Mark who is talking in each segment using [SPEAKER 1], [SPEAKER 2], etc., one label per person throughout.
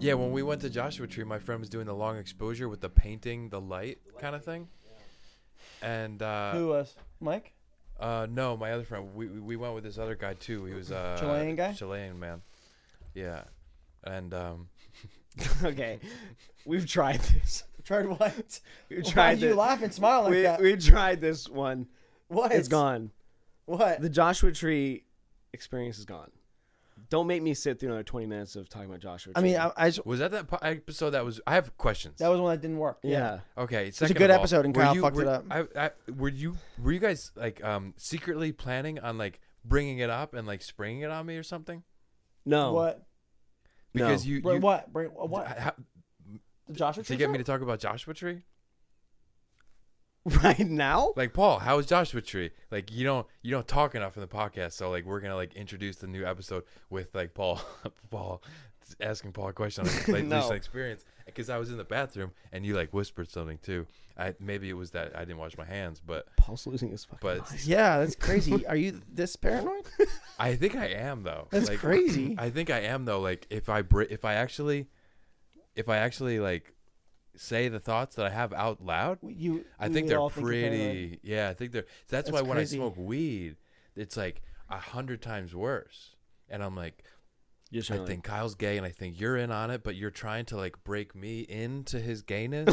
[SPEAKER 1] Yeah, when we went to Joshua Tree, my friend was doing the long exposure with the painting, the light kind of thing. And uh,
[SPEAKER 2] Who was Mike?
[SPEAKER 1] uh, no, my other friend, we we- we went with this other guy too. He was uh,
[SPEAKER 2] Chilean guy?
[SPEAKER 1] Chilean man, yeah. And um,
[SPEAKER 3] okay, we've tried this.
[SPEAKER 2] Tried what?
[SPEAKER 3] We've
[SPEAKER 2] Why
[SPEAKER 3] tried
[SPEAKER 2] do you
[SPEAKER 3] this.
[SPEAKER 2] laugh and smile like
[SPEAKER 3] we,
[SPEAKER 2] that?
[SPEAKER 3] we tried this one.
[SPEAKER 2] what?
[SPEAKER 3] It's gone.
[SPEAKER 2] What?
[SPEAKER 3] The Joshua Tree experience is gone. Don't make me sit through another 20 minutes of talking about Joshua Tree.
[SPEAKER 2] I mean, I, I just,
[SPEAKER 1] was that that po- episode that was? I have questions.
[SPEAKER 2] that was one that didn't work.
[SPEAKER 3] yeah.
[SPEAKER 1] Okay, it's
[SPEAKER 2] a good episode and Kyle fucked it up.
[SPEAKER 1] I, I, were you were you guys like um secretly planning on like bringing it up and like springing it on me or something?
[SPEAKER 3] No.
[SPEAKER 2] What?
[SPEAKER 3] No.
[SPEAKER 1] Because you,
[SPEAKER 2] Br-
[SPEAKER 1] you
[SPEAKER 2] what? Br- what?
[SPEAKER 1] ha-
[SPEAKER 2] The Joshua
[SPEAKER 1] to
[SPEAKER 2] Tree
[SPEAKER 1] get me to
[SPEAKER 2] show?
[SPEAKER 1] talk about Joshua Tree?
[SPEAKER 3] Right now?
[SPEAKER 1] Like Paul, how is Joshua Tree? Like you don't you don't talk enough in the podcast, so like we're gonna like introduce the new episode with like Paul, Paul asking Paul a question on his like,
[SPEAKER 3] No.
[SPEAKER 1] recent experience because I was in the bathroom and you like whispered something too. I maybe it was that I didn't wash my hands, but
[SPEAKER 3] Paul's losing his fucking
[SPEAKER 1] But-
[SPEAKER 3] mind.
[SPEAKER 2] Yeah, that's crazy. Are you this paranoid?
[SPEAKER 1] I think I am though.
[SPEAKER 2] That's
[SPEAKER 1] Like,
[SPEAKER 2] crazy.
[SPEAKER 1] I think I am though. Like if I br- if I actually, if I actually like say the thoughts that I have out loud,
[SPEAKER 2] You.
[SPEAKER 1] I
[SPEAKER 2] we
[SPEAKER 1] think
[SPEAKER 2] would
[SPEAKER 1] they're
[SPEAKER 2] all think you're paranoid.
[SPEAKER 1] pretty. yeah, I think they're. That's,
[SPEAKER 2] That's
[SPEAKER 1] why when
[SPEAKER 2] crazy.
[SPEAKER 1] I smoke weed, it's like a hundred times worse. And I'm like,
[SPEAKER 3] You're just trying
[SPEAKER 1] I
[SPEAKER 3] to,
[SPEAKER 1] think Kyle's gay, and I think you're in on it, but you're trying to like break me into his gayness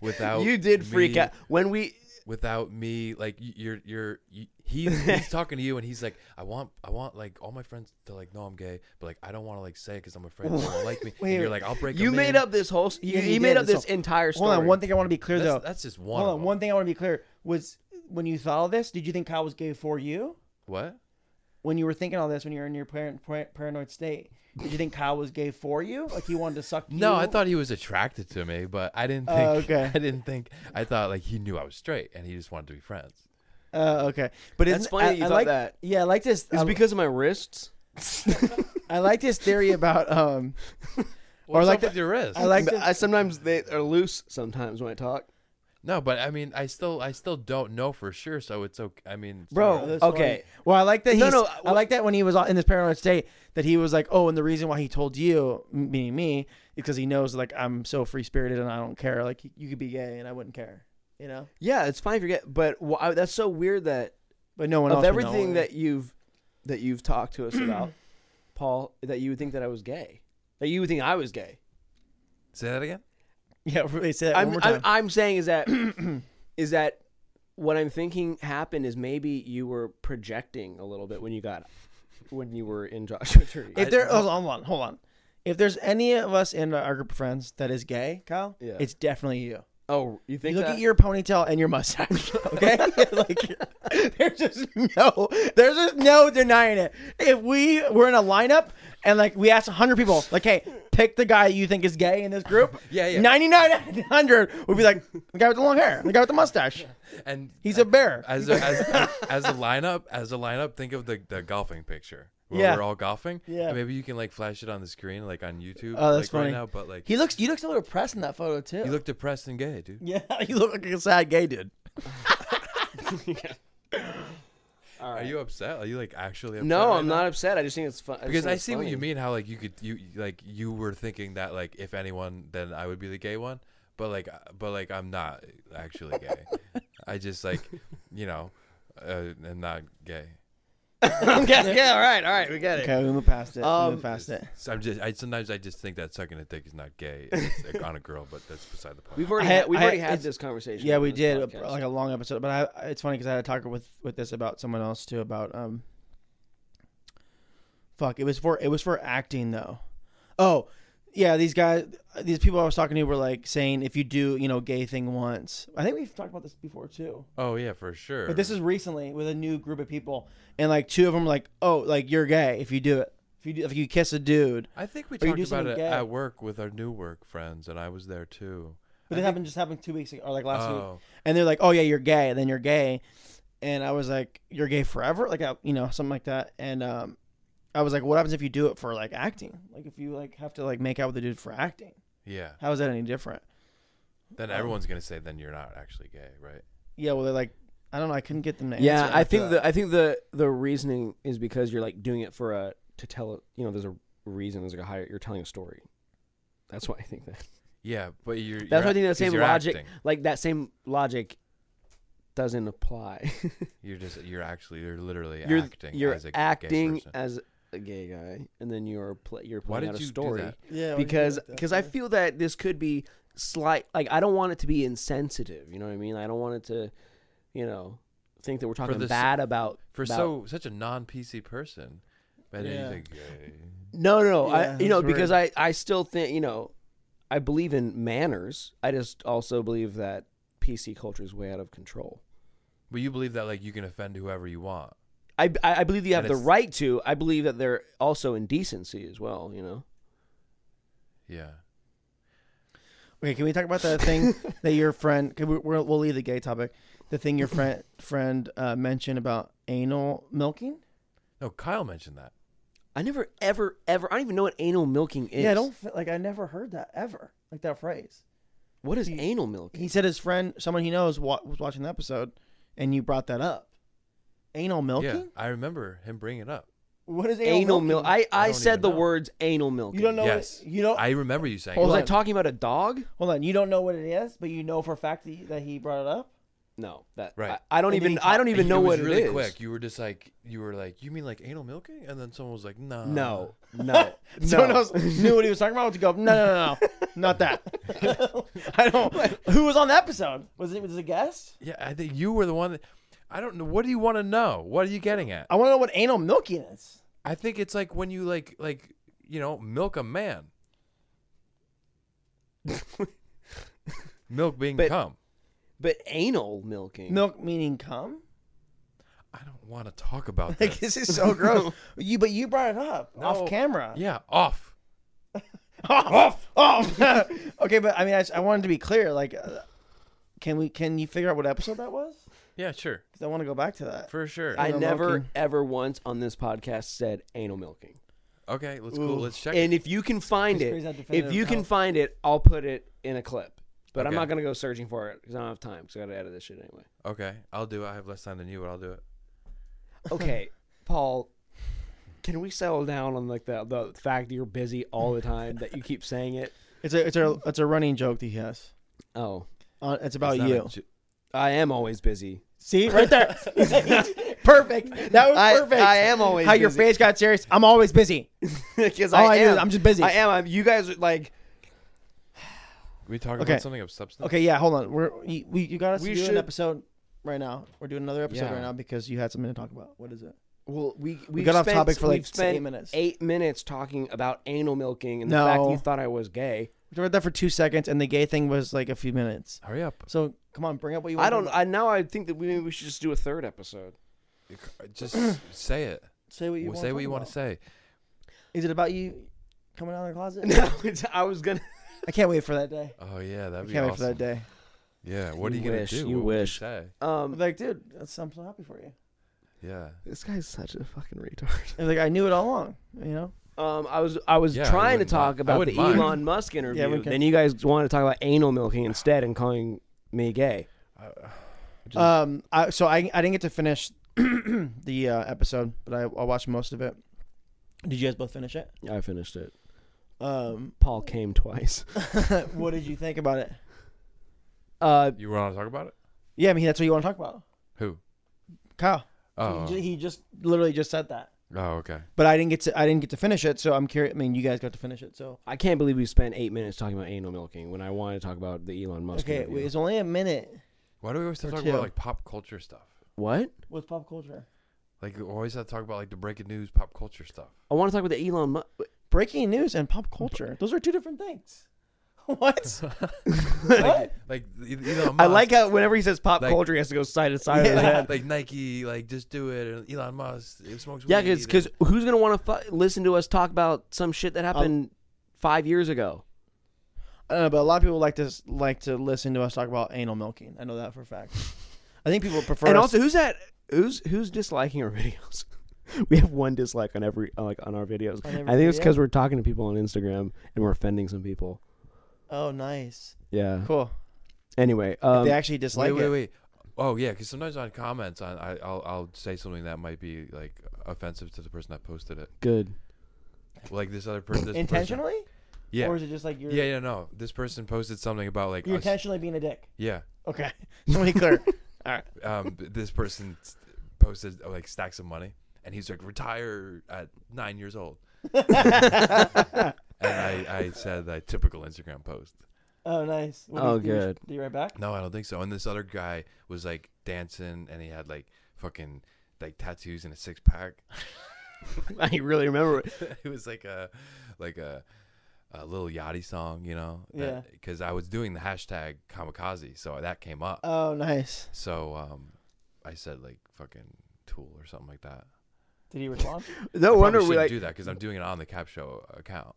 [SPEAKER 1] without
[SPEAKER 3] you did freak
[SPEAKER 1] me-
[SPEAKER 3] out when we
[SPEAKER 1] without me like y- you're you're you, he's, he's talking to you and he's like i want i want like all my friends to like know i'm gay but like i don't want to like say it because i'm afraid they don't like me and
[SPEAKER 2] Wait,
[SPEAKER 1] you're like i'll break
[SPEAKER 3] you
[SPEAKER 1] 'em
[SPEAKER 3] made
[SPEAKER 1] in.
[SPEAKER 3] up this whole s- you,
[SPEAKER 2] Yeah,
[SPEAKER 3] you
[SPEAKER 2] he
[SPEAKER 3] made
[SPEAKER 2] did.
[SPEAKER 3] up this
[SPEAKER 2] So-
[SPEAKER 3] entire story.
[SPEAKER 2] Hold on. One thing I want to be clear
[SPEAKER 1] that's,
[SPEAKER 2] though.
[SPEAKER 1] that's just one
[SPEAKER 2] Hold
[SPEAKER 1] of
[SPEAKER 2] on.
[SPEAKER 1] 'em.
[SPEAKER 2] One thing I want to be clear was when you thought all this, did you think Kyle was gay for you?
[SPEAKER 1] what
[SPEAKER 2] When you were thinking all this, when you were in your par- par- paranoid state, did you think Kyle was gay for you? Like he wanted to suck you?
[SPEAKER 1] no i thought he was attracted to me but i didn't think
[SPEAKER 2] Oh, okay.
[SPEAKER 1] i didn't think i thought like he knew i was straight and he just wanted to be friends
[SPEAKER 2] Uh, okay, but
[SPEAKER 3] That's
[SPEAKER 2] it's
[SPEAKER 3] funny
[SPEAKER 2] I,
[SPEAKER 3] that you
[SPEAKER 2] I
[SPEAKER 3] thought
[SPEAKER 2] like
[SPEAKER 3] that.
[SPEAKER 2] Yeah, I like this.
[SPEAKER 3] It's
[SPEAKER 2] I,
[SPEAKER 3] because of my wrists.
[SPEAKER 2] I like this theory about um.
[SPEAKER 1] What's
[SPEAKER 2] like
[SPEAKER 1] up
[SPEAKER 2] the-
[SPEAKER 1] with your wrist
[SPEAKER 2] I like this.
[SPEAKER 3] I sometimes they are loose sometimes when I talk.
[SPEAKER 1] no but i mean i still i still don't know for sure so it's okay i mean it's
[SPEAKER 3] Bro,
[SPEAKER 1] not-
[SPEAKER 2] That's
[SPEAKER 3] okay.
[SPEAKER 2] funny. Well, I like that.
[SPEAKER 3] No,
[SPEAKER 2] He's,
[SPEAKER 3] no,
[SPEAKER 2] I like that when he was in this paranoid state that he was like, oh, and the reason why he told you, m- meaning me, because he knows like I'm so free spirited and I don't care. Like you could be gay and I wouldn't care, you know.
[SPEAKER 3] Yeah, it's fine if you're gay, but why, that's so weird that
[SPEAKER 2] But no one
[SPEAKER 3] of
[SPEAKER 2] else would know.
[SPEAKER 3] everything that you've that you've talked to us about, Paul, that you would think that I was gay, that you would think I was gay.
[SPEAKER 1] say that again
[SPEAKER 2] yeah, really say that
[SPEAKER 3] I'm,
[SPEAKER 2] one more
[SPEAKER 3] I'm,
[SPEAKER 2] time.
[SPEAKER 3] I'm saying is that is that what I'm thinking happened is maybe you were projecting a little bit when you got when you were in Joshua Tree.
[SPEAKER 2] if there, hold on, hold on, hold on. If there's any of us in our group of friends that is gay, Kyle,
[SPEAKER 3] Yeah.
[SPEAKER 2] it's definitely you.
[SPEAKER 3] oh, you
[SPEAKER 2] You
[SPEAKER 3] think
[SPEAKER 2] look
[SPEAKER 3] that?
[SPEAKER 2] at your ponytail and your mustache, okay? like, there's just no, there's just no denying it. If we were in a lineup and like we asked 100 people, like, hey, pick the guy you think is gay in this group,
[SPEAKER 1] Yeah, yeah.
[SPEAKER 2] 99 out of 100 would be like, the guy with the long hair, the guy with the mustache.
[SPEAKER 1] and
[SPEAKER 2] He's a bear.
[SPEAKER 1] as a, as, as a lineup as a lineup think of the, the golfing picture where
[SPEAKER 2] Yeah.
[SPEAKER 1] we're all golfing
[SPEAKER 2] Yeah.
[SPEAKER 1] And maybe you can like flash it on the screen like on youtube
[SPEAKER 2] Oh, that's
[SPEAKER 1] like
[SPEAKER 2] funny.
[SPEAKER 1] right now but like
[SPEAKER 2] He looks, you looks a little depressed in that photo too.
[SPEAKER 1] you look depressed and gay dude
[SPEAKER 2] yeah, you look like a sad gay dude.
[SPEAKER 3] All
[SPEAKER 1] are
[SPEAKER 3] right.
[SPEAKER 1] you upset are you like actually upset
[SPEAKER 3] no,
[SPEAKER 1] right
[SPEAKER 3] I'm
[SPEAKER 1] now?
[SPEAKER 3] not upset. I just think it's fun.
[SPEAKER 1] because i see what you mean how like you could you like you were thinking that like if anyone then i would be the gay one but like uh, but like i'm not actually gay i just like you know uh, i'm not gay
[SPEAKER 3] okay, yeah, all right, all right, we get it.
[SPEAKER 2] Okay, we move past it. we
[SPEAKER 3] Um,
[SPEAKER 2] move past it.
[SPEAKER 1] so i'm just i sometimes i just think that sucking a dick is not gay it's like, on a girl but that's beside the point
[SPEAKER 3] We've already
[SPEAKER 2] I had-
[SPEAKER 3] had, we've
[SPEAKER 2] I had-
[SPEAKER 3] already had
[SPEAKER 2] it's-
[SPEAKER 3] this conversation.
[SPEAKER 2] Yeah,
[SPEAKER 3] on
[SPEAKER 2] we
[SPEAKER 3] this
[SPEAKER 2] did a-
[SPEAKER 3] podcast.
[SPEAKER 2] like a long episode, but I- I, it's funny because I had a talk with with this about someone else too about um. Fuck! It was for it was for acting though. Oh, yeah. These guys, these people I was talking to were like saying if you do you know gay thing once. I think we've talked about this before too.
[SPEAKER 1] Oh yeah, for sure.
[SPEAKER 2] But this is recently with a new group of people, and like two of them were like, oh, like you're gay if you do it. If you do, if you kiss a dude,
[SPEAKER 1] I think we
[SPEAKER 2] Or you
[SPEAKER 1] talked
[SPEAKER 2] do
[SPEAKER 1] about
[SPEAKER 2] something
[SPEAKER 1] it
[SPEAKER 2] gay.
[SPEAKER 1] at work with our new work friends, and I was there too.
[SPEAKER 2] but it happened just happened two weeks ago or like last week.
[SPEAKER 1] Oh,
[SPEAKER 2] and they're like, "Oh yeah, you're gay." And then you're gay, and I was like, "You're gay forever," like I, you know, something like that. And um, I was like, "What happens if you do it for like acting? Like if you like have to like make out with a dude for acting?
[SPEAKER 1] yeah.
[SPEAKER 2] How is that any different?"
[SPEAKER 1] Then
[SPEAKER 2] Um,
[SPEAKER 1] everyone's gonna say, "Then you're not actually gay, right?"
[SPEAKER 2] Yeah, well, they're like, I don't know. I couldn't get them to. answer
[SPEAKER 3] Yeah, I
[SPEAKER 2] after that.
[SPEAKER 3] think the I think the the reasoning is because you're like doing it for a to tell you know there's a reason there's like a higher you're telling a story. That's why I think that.
[SPEAKER 1] Yeah, but you're.
[SPEAKER 3] That's
[SPEAKER 1] you're
[SPEAKER 3] why I think that
[SPEAKER 1] act- 'cause
[SPEAKER 3] same
[SPEAKER 1] you're
[SPEAKER 3] logic,
[SPEAKER 1] acting.
[SPEAKER 3] like that same logic, doesn't apply.
[SPEAKER 1] You're just. You're actually. You're literally
[SPEAKER 3] you're
[SPEAKER 1] acting.
[SPEAKER 3] you're
[SPEAKER 1] as a gay
[SPEAKER 3] acting
[SPEAKER 1] person.
[SPEAKER 3] as a gay guy, and then you're play, you're
[SPEAKER 1] Why
[SPEAKER 3] playing
[SPEAKER 1] did
[SPEAKER 3] out a
[SPEAKER 1] you do
[SPEAKER 3] story.
[SPEAKER 1] that?
[SPEAKER 4] Yeah,
[SPEAKER 3] because because I feel that this could be slight. Like I don't want it to be insensitive. You know what I mean? I don't want it to, you know, think that we're talking
[SPEAKER 1] this-
[SPEAKER 3] bad about
[SPEAKER 1] for
[SPEAKER 3] about-
[SPEAKER 1] so such a non PC person. But then
[SPEAKER 4] Yeah.
[SPEAKER 1] he's like, gay.
[SPEAKER 3] No, no, no.
[SPEAKER 4] Yeah,
[SPEAKER 3] I, you know,
[SPEAKER 4] that's right.
[SPEAKER 3] because I, I still think, you know, I believe in manners. I just also believe that PC culture is way out of control.
[SPEAKER 1] But you believe that like you can offend whoever you want.
[SPEAKER 3] I, I I believe you have
[SPEAKER 1] And
[SPEAKER 3] the
[SPEAKER 1] it's-
[SPEAKER 3] right to. I believe that they're also indecency as well, you know?
[SPEAKER 1] Yeah.
[SPEAKER 2] Okay, can we talk about that thing that your friend? Cause we're, we're, we'll leave the gay topic. The thing your friend friend uh, mentioned about anal milking.
[SPEAKER 1] No, Kyle mentioned that.
[SPEAKER 3] I never, ever, ever, I don't even know what anal milking is.
[SPEAKER 2] Yeah, I don't f- like. I never heard that ever. Like that phrase.
[SPEAKER 3] What is
[SPEAKER 2] He-
[SPEAKER 3] anal milking?
[SPEAKER 2] He said his friend, someone he knows, wa- was watching the episode, and you brought that up. Anal milking.
[SPEAKER 1] Yeah, I remember him bringing it up.
[SPEAKER 2] What is anal,
[SPEAKER 3] Anal milk.
[SPEAKER 2] milking?
[SPEAKER 3] I,
[SPEAKER 1] I
[SPEAKER 3] I
[SPEAKER 1] don't
[SPEAKER 3] said
[SPEAKER 1] even
[SPEAKER 3] the
[SPEAKER 1] know.
[SPEAKER 3] words anal milking.
[SPEAKER 2] You don't know.
[SPEAKER 1] Yes.
[SPEAKER 2] What, you
[SPEAKER 3] Oh.
[SPEAKER 2] don't.
[SPEAKER 1] I remember you saying.
[SPEAKER 2] Hold
[SPEAKER 1] it.
[SPEAKER 3] Was I
[SPEAKER 2] on.
[SPEAKER 3] talking about a dog?
[SPEAKER 2] hold on. You don't know what it is, but you know for a fact that, that he brought it up.
[SPEAKER 3] No, that
[SPEAKER 1] Right.
[SPEAKER 3] I, I don't
[SPEAKER 2] And then
[SPEAKER 3] even.
[SPEAKER 2] he
[SPEAKER 3] I don't
[SPEAKER 1] And
[SPEAKER 3] even know
[SPEAKER 1] it was
[SPEAKER 3] what
[SPEAKER 1] really
[SPEAKER 3] it is.
[SPEAKER 1] quick. You were just like, you were like, you mean like anal milking? And then someone was like, nah.
[SPEAKER 3] No, no, no.
[SPEAKER 2] Uh. Someone else knew what he was talking about. To go, no, no, no, no, not that. I don't. Who was on the episode? Was it was it a guest?
[SPEAKER 1] Yeah, I think you were the one. That, I don't know. What do you want to know? What are you getting at?
[SPEAKER 2] I want to know what anal milking is.
[SPEAKER 1] I think it's like when you like, like you know, milk a man. milk being
[SPEAKER 3] But-
[SPEAKER 1] cum.
[SPEAKER 3] But anal milking.
[SPEAKER 2] Milk meaning cum.
[SPEAKER 1] I don't want to talk about this.
[SPEAKER 2] Like this is so gross. You but you brought it up
[SPEAKER 1] No.
[SPEAKER 2] off camera.
[SPEAKER 1] yeah, off.
[SPEAKER 2] off, off. okay, but I mean, I, s- I wanted to be clear. Like, uh, can we? Can you figure out what episode that was?
[SPEAKER 1] Yeah, sure,
[SPEAKER 2] Because I want to go back to that.
[SPEAKER 1] for sure.
[SPEAKER 3] I
[SPEAKER 2] Anal
[SPEAKER 3] never
[SPEAKER 2] milking.
[SPEAKER 3] ever once on this podcast said anal milking.
[SPEAKER 1] okay, let's cool. Let's check.
[SPEAKER 3] And if you can find
[SPEAKER 2] Chris Gray's not
[SPEAKER 3] it, if
[SPEAKER 2] definitive
[SPEAKER 3] you can
[SPEAKER 2] help.
[SPEAKER 3] find it, I'll put it in a clip. But I'm
[SPEAKER 1] Okay.
[SPEAKER 3] not gonna go searching for it because I don't have time. Because I gotta edit this shit anyway.
[SPEAKER 1] okay, I'll do it. I have less time than you, but I'll do it.
[SPEAKER 3] Okay, Paul, can we settle down on like the the fact that you're busy all the time that you keep saying it?
[SPEAKER 2] It's a it's a it's a running joke that he has.
[SPEAKER 3] Oh,
[SPEAKER 2] Uh, it's about
[SPEAKER 1] It's not a
[SPEAKER 2] you.
[SPEAKER 1] ju-
[SPEAKER 3] I am always busy.
[SPEAKER 2] See right there. perfect. That was
[SPEAKER 3] I-
[SPEAKER 2] perfect.
[SPEAKER 3] I am always
[SPEAKER 2] how your
[SPEAKER 3] busy.
[SPEAKER 2] face got serious. I'm always busy.
[SPEAKER 3] Because
[SPEAKER 2] All
[SPEAKER 3] I,
[SPEAKER 2] Oh, I do
[SPEAKER 3] am.
[SPEAKER 2] is I'm just busy.
[SPEAKER 3] I am. I'm, you guys are like
[SPEAKER 1] we talking
[SPEAKER 2] Okay.
[SPEAKER 1] about something of substance?
[SPEAKER 2] Okay, yeah. Hold on. We're you, we, you got us
[SPEAKER 3] We
[SPEAKER 2] to do
[SPEAKER 3] should-
[SPEAKER 2] an episode right now. We're doing another episode
[SPEAKER 3] Yeah.
[SPEAKER 2] right now because you had something to talk about. What is it?
[SPEAKER 3] Well, we we've
[SPEAKER 2] got off
[SPEAKER 3] spent-
[SPEAKER 2] topic for, like,
[SPEAKER 3] we've spent
[SPEAKER 2] eight minutes.
[SPEAKER 3] Eight minutes talking about anal milking and the fact
[SPEAKER 2] No.
[SPEAKER 3] you thought I was gay.
[SPEAKER 2] We read that for two seconds, and the gay thing was like a few minutes.
[SPEAKER 1] Hurry up.
[SPEAKER 2] So come on, bring up what you. want
[SPEAKER 3] I don't. I now I think that we maybe we should just do a third episode.
[SPEAKER 1] uh, Just say it.
[SPEAKER 2] say what you
[SPEAKER 1] Well,
[SPEAKER 2] want.
[SPEAKER 1] say what you want to say.
[SPEAKER 2] Is it about you coming out of the closet?
[SPEAKER 3] No, it's, I was gonna.
[SPEAKER 2] I can't wait for that day.
[SPEAKER 1] Oh yeah, that'd
[SPEAKER 2] I
[SPEAKER 1] be
[SPEAKER 2] can't wait for
[SPEAKER 1] awesome.
[SPEAKER 2] that day.
[SPEAKER 1] Yeah, what are
[SPEAKER 3] You
[SPEAKER 1] you gonna
[SPEAKER 3] wish,
[SPEAKER 1] do?
[SPEAKER 3] you
[SPEAKER 1] What would
[SPEAKER 3] wish.
[SPEAKER 1] say?
[SPEAKER 2] I'm
[SPEAKER 3] Um,
[SPEAKER 2] like, dude, that's, I'm so happy for you.
[SPEAKER 1] Yeah,
[SPEAKER 3] this guy's such a fucking retard.
[SPEAKER 2] And like, I knew it all along. You know,
[SPEAKER 3] Um, I was I was
[SPEAKER 1] Yeah, I
[SPEAKER 3] trying to
[SPEAKER 1] wouldn't
[SPEAKER 3] talk
[SPEAKER 1] mind- I
[SPEAKER 3] about the
[SPEAKER 1] wouldn't mind.
[SPEAKER 3] Elon Musk interview.
[SPEAKER 2] we can-
[SPEAKER 3] Then you guys want to talk about anal milking instead and calling me gay.
[SPEAKER 1] Uh,
[SPEAKER 3] Just-
[SPEAKER 2] um, I, so I I didn't get to finish the uh, episode, but I, I watched most of it. Did you guys both finish it?
[SPEAKER 3] I finished it.
[SPEAKER 2] Um,
[SPEAKER 3] Paul came twice.
[SPEAKER 2] what did you think about it?
[SPEAKER 3] Uh,
[SPEAKER 1] you want to talk about it?
[SPEAKER 2] Yeah, I mean that's what you want to talk about,
[SPEAKER 1] Who?
[SPEAKER 2] Kyle.
[SPEAKER 1] Oh,
[SPEAKER 2] He, ju- he just literally just said that,
[SPEAKER 1] oh, okay.
[SPEAKER 2] but I didn't get to I didn't get to finish it. So I'm curious. I mean, you guys got to finish it, so
[SPEAKER 3] I can't believe we spent eight minutes talking about anal milking when I wanted to talk about the Elon Musk.
[SPEAKER 2] Okay,
[SPEAKER 3] interview.
[SPEAKER 2] wait, it's only a minute.
[SPEAKER 1] Why do we always have to
[SPEAKER 2] Or
[SPEAKER 1] talk
[SPEAKER 2] two.
[SPEAKER 1] about like pop culture stuff?
[SPEAKER 3] what?
[SPEAKER 2] What's pop culture?
[SPEAKER 1] Like we always have to talk about like the breaking news, pop culture stuff.
[SPEAKER 3] I want to talk about the Elon Musk.
[SPEAKER 2] Breaking news and pop culture. Those are two different things. What?
[SPEAKER 3] Uh,
[SPEAKER 1] like, like e-, Elon Musk,
[SPEAKER 3] I like how whenever he says pop
[SPEAKER 1] Like-
[SPEAKER 3] culture, he has to go side to side.
[SPEAKER 1] like,
[SPEAKER 3] of the head.
[SPEAKER 1] like Nike, like just do it. And Elon Musk it smokes
[SPEAKER 3] Yeah,
[SPEAKER 1] weed.
[SPEAKER 3] because
[SPEAKER 1] and-
[SPEAKER 3] who's gonna want to fu- listen to us talk about some shit that happened five years ago?
[SPEAKER 2] I don't know, Uh, but a lot of people like to s- like to listen to us talk about anal milking. I know that for a fact. I think people prefer.
[SPEAKER 3] and
[SPEAKER 2] us-
[SPEAKER 3] also, who's that? Who's who's disliking our videos? we have one dislike on every on, like on our videos.
[SPEAKER 2] On every
[SPEAKER 3] I think it's
[SPEAKER 2] video?
[SPEAKER 3] because we're talking to people on Instagram and we're offending some people.
[SPEAKER 2] oh, nice,
[SPEAKER 3] Yeah.
[SPEAKER 2] cool.
[SPEAKER 3] Anyway,
[SPEAKER 2] If
[SPEAKER 3] um,
[SPEAKER 2] they actually dislike
[SPEAKER 1] wait, wait,
[SPEAKER 2] it.
[SPEAKER 1] wait. Oh yeah, because sometimes on comments, on I, I'll I'll say something that might be like offensive to the person that posted it.
[SPEAKER 3] good.
[SPEAKER 1] Like this other person, this person-
[SPEAKER 2] Intentionally?
[SPEAKER 1] Yeah.
[SPEAKER 2] Or is it just like you're,
[SPEAKER 1] yeah, yeah, no. This person posted something about like
[SPEAKER 2] you're
[SPEAKER 1] us-
[SPEAKER 2] intentionally being a dick?
[SPEAKER 1] yeah.
[SPEAKER 2] Okay. Let me clear. All right.
[SPEAKER 1] Um, b- this person s- posted uh, like stacks of money, and he's like retire at nine years old. and I, I said that typical Instagram post.
[SPEAKER 2] Oh, nice. What
[SPEAKER 3] Oh,
[SPEAKER 2] do you,
[SPEAKER 3] good.
[SPEAKER 2] Do you right back?
[SPEAKER 1] No, I don't think so. And this other guy was like dancing, and he had like fucking like tattoos and a six pack.
[SPEAKER 3] I really remember it.
[SPEAKER 1] it was like a like a a little yachty song, you know?
[SPEAKER 2] Yeah.
[SPEAKER 1] Because I was doing the hashtag kamikaze, so that came up.
[SPEAKER 2] Oh, nice.
[SPEAKER 1] So um, I said like fucking tool or something like that.
[SPEAKER 2] Did he respond?
[SPEAKER 1] I
[SPEAKER 3] No
[SPEAKER 1] wonder
[SPEAKER 3] wonder
[SPEAKER 1] shouldn't
[SPEAKER 3] we like.
[SPEAKER 1] do that because I'm doing it on the Cap Show account.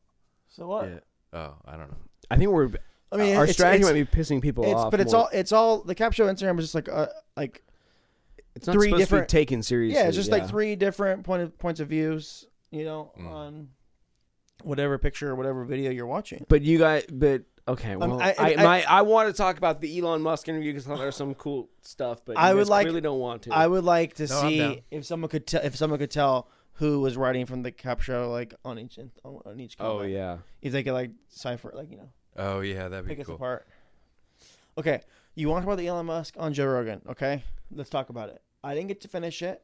[SPEAKER 2] So what?
[SPEAKER 3] Yeah.
[SPEAKER 1] Oh, I don't know.
[SPEAKER 3] I think we're.
[SPEAKER 2] uh, I mean,
[SPEAKER 3] our
[SPEAKER 2] it's-
[SPEAKER 3] strategy
[SPEAKER 2] it's-
[SPEAKER 3] might be pissing people
[SPEAKER 2] it's,
[SPEAKER 3] off.
[SPEAKER 2] but it's
[SPEAKER 3] more.
[SPEAKER 2] all it's all the cap show Instagram is just like uh, like
[SPEAKER 3] It's not
[SPEAKER 2] three
[SPEAKER 3] supposed
[SPEAKER 2] different-
[SPEAKER 3] to be taken seriously.
[SPEAKER 2] yeah, it's just like three different point of, points of views, you know,
[SPEAKER 1] Mm.
[SPEAKER 2] on whatever picture or whatever video you're watching.
[SPEAKER 3] But you guys, but okay. Well,
[SPEAKER 2] Um, I-
[SPEAKER 3] I,
[SPEAKER 2] I-
[SPEAKER 3] I, my, I want to talk about the Elon Musk interview because there's some cool stuff, but
[SPEAKER 2] I
[SPEAKER 3] I
[SPEAKER 2] would
[SPEAKER 3] would
[SPEAKER 2] like-
[SPEAKER 3] clearly don't want to.
[SPEAKER 2] I would like to
[SPEAKER 1] No, I'm down.
[SPEAKER 2] see if someone could tell if someone could tell who was writing from the cap show like on each in- on on each. Comment.
[SPEAKER 3] oh yeah,
[SPEAKER 2] if they could like cipher like you know
[SPEAKER 1] Oh yeah, that'd be
[SPEAKER 2] pick us
[SPEAKER 1] cool.
[SPEAKER 2] apart. Okay, you want to talk about the Elon Musk on Joe Rogan? Okay, let's talk about it. I didn't get to finish it.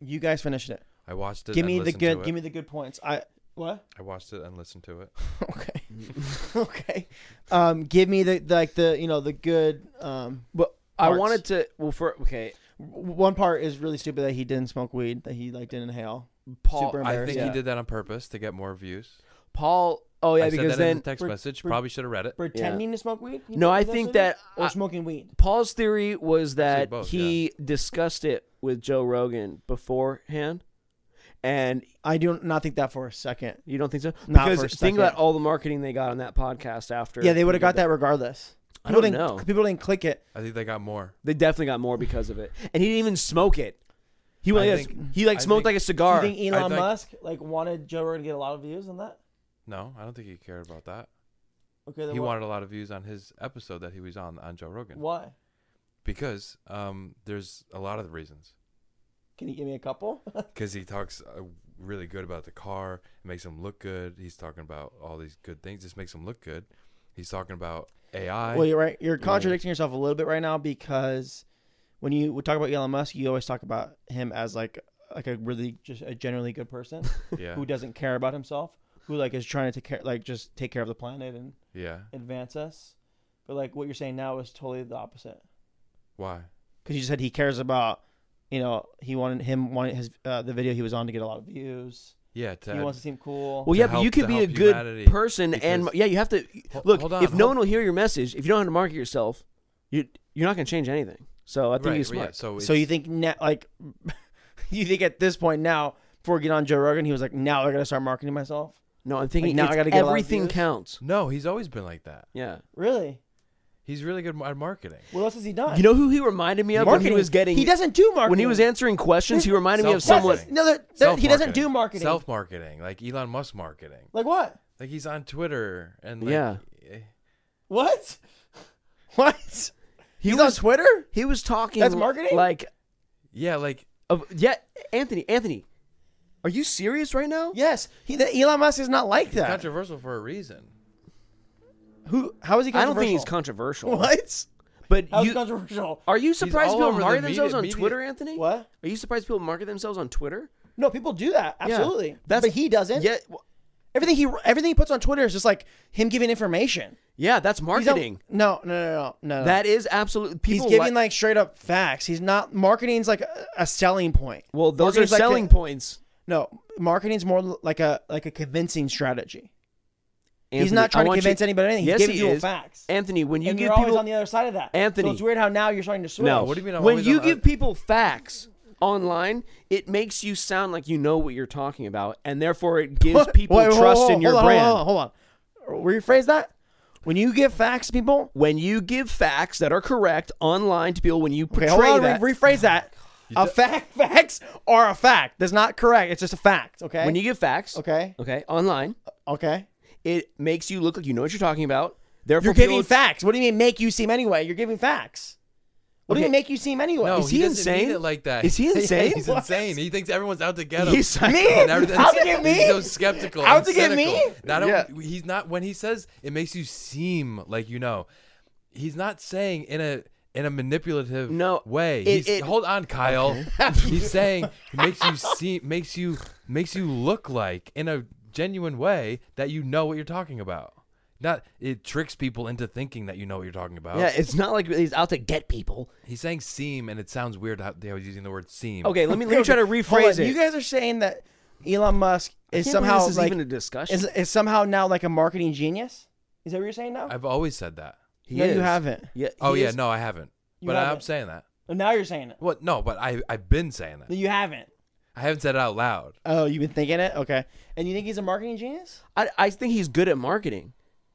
[SPEAKER 2] You guys finished it.
[SPEAKER 1] I watched it.
[SPEAKER 2] give
[SPEAKER 1] and
[SPEAKER 2] me the
[SPEAKER 1] listened
[SPEAKER 2] good.
[SPEAKER 1] to it.
[SPEAKER 2] Give me the good points. I what?
[SPEAKER 1] I watched it and listened to it.
[SPEAKER 2] okay. okay. Um, give me the, the like the you know the good. Um,
[SPEAKER 3] but I
[SPEAKER 2] Parts.
[SPEAKER 3] wanted to. Well, for okay,
[SPEAKER 2] w- one part is really stupid that he didn't smoke weed that he like didn't inhale.
[SPEAKER 3] Paul.
[SPEAKER 2] Super
[SPEAKER 1] I think
[SPEAKER 2] embarrassing.
[SPEAKER 1] he did that on purpose to get more views.
[SPEAKER 3] Paul. Oh yeah,
[SPEAKER 1] I said
[SPEAKER 3] because
[SPEAKER 1] that in
[SPEAKER 3] then
[SPEAKER 1] the text
[SPEAKER 2] we're-
[SPEAKER 1] message.
[SPEAKER 2] we're-
[SPEAKER 1] Probably should have read it.
[SPEAKER 2] Pretending to smoke weed. He
[SPEAKER 3] no,
[SPEAKER 2] did
[SPEAKER 3] I
[SPEAKER 2] those
[SPEAKER 3] think
[SPEAKER 2] things?
[SPEAKER 3] that
[SPEAKER 2] or
[SPEAKER 3] I-
[SPEAKER 2] smoking weed.
[SPEAKER 3] Paul's theory was that
[SPEAKER 1] both,
[SPEAKER 3] he discussed it with Joe Rogan beforehand, and
[SPEAKER 2] I do not think that for a second.
[SPEAKER 3] you don't think so?
[SPEAKER 2] Not
[SPEAKER 3] because
[SPEAKER 2] for a
[SPEAKER 3] think
[SPEAKER 2] second.
[SPEAKER 3] about all the marketing they got on that podcast after.
[SPEAKER 2] Yeah, they would
[SPEAKER 3] he
[SPEAKER 2] have got
[SPEAKER 3] did
[SPEAKER 2] that regardless.
[SPEAKER 3] I don't
[SPEAKER 2] People didn't-
[SPEAKER 3] know.
[SPEAKER 2] People didn't click it.
[SPEAKER 1] I think they got more.
[SPEAKER 3] They definitely got more because of it, and he didn't even smoke it. He
[SPEAKER 1] I
[SPEAKER 3] like
[SPEAKER 1] think-
[SPEAKER 3] he like
[SPEAKER 1] I
[SPEAKER 3] smoked
[SPEAKER 1] think-
[SPEAKER 3] like a
[SPEAKER 2] Do
[SPEAKER 3] cigar.
[SPEAKER 2] you think
[SPEAKER 1] I
[SPEAKER 2] Elon
[SPEAKER 1] think-
[SPEAKER 2] Musk like wanted Joe Rogan to get a lot of views on that?
[SPEAKER 1] No, I don't think he cared about that.
[SPEAKER 2] Okay, then
[SPEAKER 1] He
[SPEAKER 2] why-
[SPEAKER 1] wanted a lot of views on his episode that he was on on Joe Rogan
[SPEAKER 2] Why?
[SPEAKER 1] because um, there's a lot of the reasons.
[SPEAKER 2] Can you give me a couple?
[SPEAKER 1] because he talks uh, really good about the car. It makes him look good. He's talking about all these good things. This makes him look good. He's talking about AI.
[SPEAKER 2] Well, you're right. You're contradicting yourself a little bit right now because when you would talk about Elon Musk, you always talk about him as like like a really just a generally good person
[SPEAKER 1] yeah,
[SPEAKER 2] who doesn't care about himself, who like is trying to take care like just take care of the planet and
[SPEAKER 1] yeah.
[SPEAKER 2] advance us. But like what you're saying now is totally the opposite
[SPEAKER 1] Why?
[SPEAKER 2] because you said he cares about you know he wanted him wanted his uh, the video he was on to get a lot of views.
[SPEAKER 1] Yeah, to
[SPEAKER 2] He wants to seem cool.
[SPEAKER 3] Well,
[SPEAKER 1] to
[SPEAKER 3] yeah, but
[SPEAKER 1] help-
[SPEAKER 3] you could
[SPEAKER 1] to
[SPEAKER 3] be a
[SPEAKER 1] help
[SPEAKER 3] good
[SPEAKER 1] humanity
[SPEAKER 3] person, and
[SPEAKER 1] because-
[SPEAKER 3] yeah, you have to
[SPEAKER 1] Hol-
[SPEAKER 3] look.
[SPEAKER 1] hold on,
[SPEAKER 3] if no
[SPEAKER 1] hold-
[SPEAKER 3] one will hear your message, if you don't know how to market yourself, you you're not going to change anything. So I think
[SPEAKER 1] right,
[SPEAKER 3] he's
[SPEAKER 1] yeah,
[SPEAKER 3] smart.
[SPEAKER 1] so
[SPEAKER 2] So
[SPEAKER 1] it's-
[SPEAKER 2] you think now, like, you think at this point now, before getting on Joe Rogan, he was like, now I gotta start marketing myself.
[SPEAKER 3] No, I'm
[SPEAKER 2] Like,
[SPEAKER 3] thinking
[SPEAKER 2] now I
[SPEAKER 3] it's-
[SPEAKER 2] gotta get a lot of
[SPEAKER 3] everything
[SPEAKER 2] views?
[SPEAKER 3] counts.
[SPEAKER 1] no, he's always been like that.
[SPEAKER 3] Yeah,
[SPEAKER 2] Really?
[SPEAKER 1] He's really good at marketing.
[SPEAKER 2] What else has he done?
[SPEAKER 3] you know who he reminded me of when he was getting
[SPEAKER 2] He doesn't do marketing.
[SPEAKER 3] when he was answering questions. He reminded me of
[SPEAKER 2] That's-
[SPEAKER 3] someone.
[SPEAKER 1] Self-marketing.
[SPEAKER 2] No, that- that- he doesn't do marketing.
[SPEAKER 1] Self marketing, like Elon Musk marketing.
[SPEAKER 2] like what?
[SPEAKER 1] Like he's on Twitter and like,
[SPEAKER 3] Yeah.
[SPEAKER 1] eh,
[SPEAKER 2] What? What?
[SPEAKER 3] He
[SPEAKER 2] He's on
[SPEAKER 3] was
[SPEAKER 2] Twitter.
[SPEAKER 3] he was talking.
[SPEAKER 2] That's marketing?
[SPEAKER 3] Like,
[SPEAKER 1] yeah, like
[SPEAKER 3] of, yeah, Anthony, Anthony, are you serious right now?
[SPEAKER 2] Yes, he, the, Elon Musk is not like that.
[SPEAKER 1] controversial for a reason.
[SPEAKER 2] Who? How is he?
[SPEAKER 3] I
[SPEAKER 2] Controversial?
[SPEAKER 3] don't think he's controversial.
[SPEAKER 2] What?
[SPEAKER 3] But
[SPEAKER 2] How's he
[SPEAKER 3] you,
[SPEAKER 2] controversial?
[SPEAKER 3] are you surprised
[SPEAKER 1] all
[SPEAKER 3] people
[SPEAKER 1] over the
[SPEAKER 3] market
[SPEAKER 1] media-
[SPEAKER 3] themselves on
[SPEAKER 1] media-
[SPEAKER 3] Twitter, Anthony?
[SPEAKER 2] What?
[SPEAKER 3] Are you surprised people market themselves on Twitter?
[SPEAKER 2] No, people do that. Absolutely.
[SPEAKER 3] That's-
[SPEAKER 2] but he doesn't.
[SPEAKER 3] Yeah, w-
[SPEAKER 2] Everything he everything he puts on Twitter is just like him giving information.
[SPEAKER 3] yeah, that's
[SPEAKER 2] He's not-
[SPEAKER 3] marketing.
[SPEAKER 2] No, no, no, no, no. no.
[SPEAKER 3] That is absolutely
[SPEAKER 2] He's
[SPEAKER 3] people.
[SPEAKER 2] giving
[SPEAKER 3] li-
[SPEAKER 2] like straight up facts. He's not marketing's like a, a selling point.
[SPEAKER 3] well, those are
[SPEAKER 2] marketing's like
[SPEAKER 3] selling
[SPEAKER 2] a-
[SPEAKER 3] points.
[SPEAKER 2] No, marketing's more l- like a like a convincing strategy. he's
[SPEAKER 3] Anthony,
[SPEAKER 2] not
[SPEAKER 3] I
[SPEAKER 2] trying to
[SPEAKER 3] want you-
[SPEAKER 2] convince anybody anything. He's
[SPEAKER 3] Yes,
[SPEAKER 2] giving
[SPEAKER 3] he
[SPEAKER 2] people
[SPEAKER 3] is.
[SPEAKER 2] facts.
[SPEAKER 3] Anthony, when you
[SPEAKER 2] and
[SPEAKER 3] give
[SPEAKER 2] you're always
[SPEAKER 3] people
[SPEAKER 2] on the other side of that.
[SPEAKER 3] Anthony.
[SPEAKER 2] so it's weird how now you're starting to switch.
[SPEAKER 3] no,
[SPEAKER 1] What do you mean I'm
[SPEAKER 3] when
[SPEAKER 1] always
[SPEAKER 3] you
[SPEAKER 1] on the-
[SPEAKER 3] give people facts online, it makes you sound like you know what you're talking about, and therefore it gives people
[SPEAKER 2] Wait, wait, hold-
[SPEAKER 3] trust
[SPEAKER 2] hold-
[SPEAKER 3] in your
[SPEAKER 2] hold on,
[SPEAKER 3] brand.
[SPEAKER 2] Hold on, hold on. Rephrase that. When you give facts, to people.
[SPEAKER 3] When you give facts that are correct online to people, when you
[SPEAKER 2] Okay,
[SPEAKER 3] portray
[SPEAKER 2] hold on.
[SPEAKER 3] that,
[SPEAKER 2] Re- rephrase that. A fact, facts are a fact. That's not correct. It's just a fact. Okay.
[SPEAKER 3] when you give facts,
[SPEAKER 2] okay,
[SPEAKER 3] okay, online,
[SPEAKER 2] okay.
[SPEAKER 3] it makes you look like you know what you're talking about. Therefore,
[SPEAKER 2] You're giving
[SPEAKER 3] people-
[SPEAKER 2] facts. What do you mean make you seem anyway? You're giving facts. What do
[SPEAKER 3] Okay.
[SPEAKER 2] you make you seem anyway?
[SPEAKER 1] No,
[SPEAKER 2] Is
[SPEAKER 1] he,
[SPEAKER 2] he
[SPEAKER 1] doesn't mean
[SPEAKER 3] insane?
[SPEAKER 1] it like that.
[SPEAKER 3] Is he insane?
[SPEAKER 1] He's
[SPEAKER 2] What?
[SPEAKER 1] insane. He thinks everyone's out to get him.
[SPEAKER 3] He's psycho.
[SPEAKER 2] Me?
[SPEAKER 1] and everything.
[SPEAKER 2] Out to get me?
[SPEAKER 1] He's so skeptical.
[SPEAKER 2] Out
[SPEAKER 1] and
[SPEAKER 2] to get me?
[SPEAKER 1] cynical. Not
[SPEAKER 3] Yeah.
[SPEAKER 1] only- he's not when he says it makes you seem like you know. He's not saying in a in a manipulative
[SPEAKER 3] No,
[SPEAKER 1] way.
[SPEAKER 3] it-
[SPEAKER 1] He's-
[SPEAKER 3] it-
[SPEAKER 1] hold on, Kyle. he's saying it makes you seem makes you makes you look like in a genuine way that you know what you're talking about. Not it tricks people into thinking that you know what you're talking about.
[SPEAKER 3] Yeah, it's not like he's out to get people.
[SPEAKER 1] He's saying seem, and it sounds weird how they was using the word seem.
[SPEAKER 3] Okay, let me let me try to
[SPEAKER 2] Hold
[SPEAKER 3] rephrase
[SPEAKER 2] on,
[SPEAKER 3] it.
[SPEAKER 2] You guys are saying that Elon Musk
[SPEAKER 3] I
[SPEAKER 2] is
[SPEAKER 3] can't believe
[SPEAKER 2] somehow
[SPEAKER 3] this is
[SPEAKER 2] like
[SPEAKER 3] even a discussion.
[SPEAKER 2] is, is somehow now like a marketing genius. Is that what you're saying now?
[SPEAKER 1] I've always said that.
[SPEAKER 3] He
[SPEAKER 2] no,
[SPEAKER 3] is.
[SPEAKER 2] you haven't.
[SPEAKER 3] Yeah. he
[SPEAKER 1] Oh yeah,
[SPEAKER 3] is.
[SPEAKER 1] no, I haven't. but I'm
[SPEAKER 2] haven't.
[SPEAKER 1] saying that.
[SPEAKER 2] Now you're saying it.
[SPEAKER 1] What? No, but I I've been saying that.
[SPEAKER 2] You haven't.
[SPEAKER 1] I haven't said it out loud.
[SPEAKER 2] Oh, you've been thinking it. Okay. And you think he's a marketing genius?
[SPEAKER 3] I, I think he's good at marketing.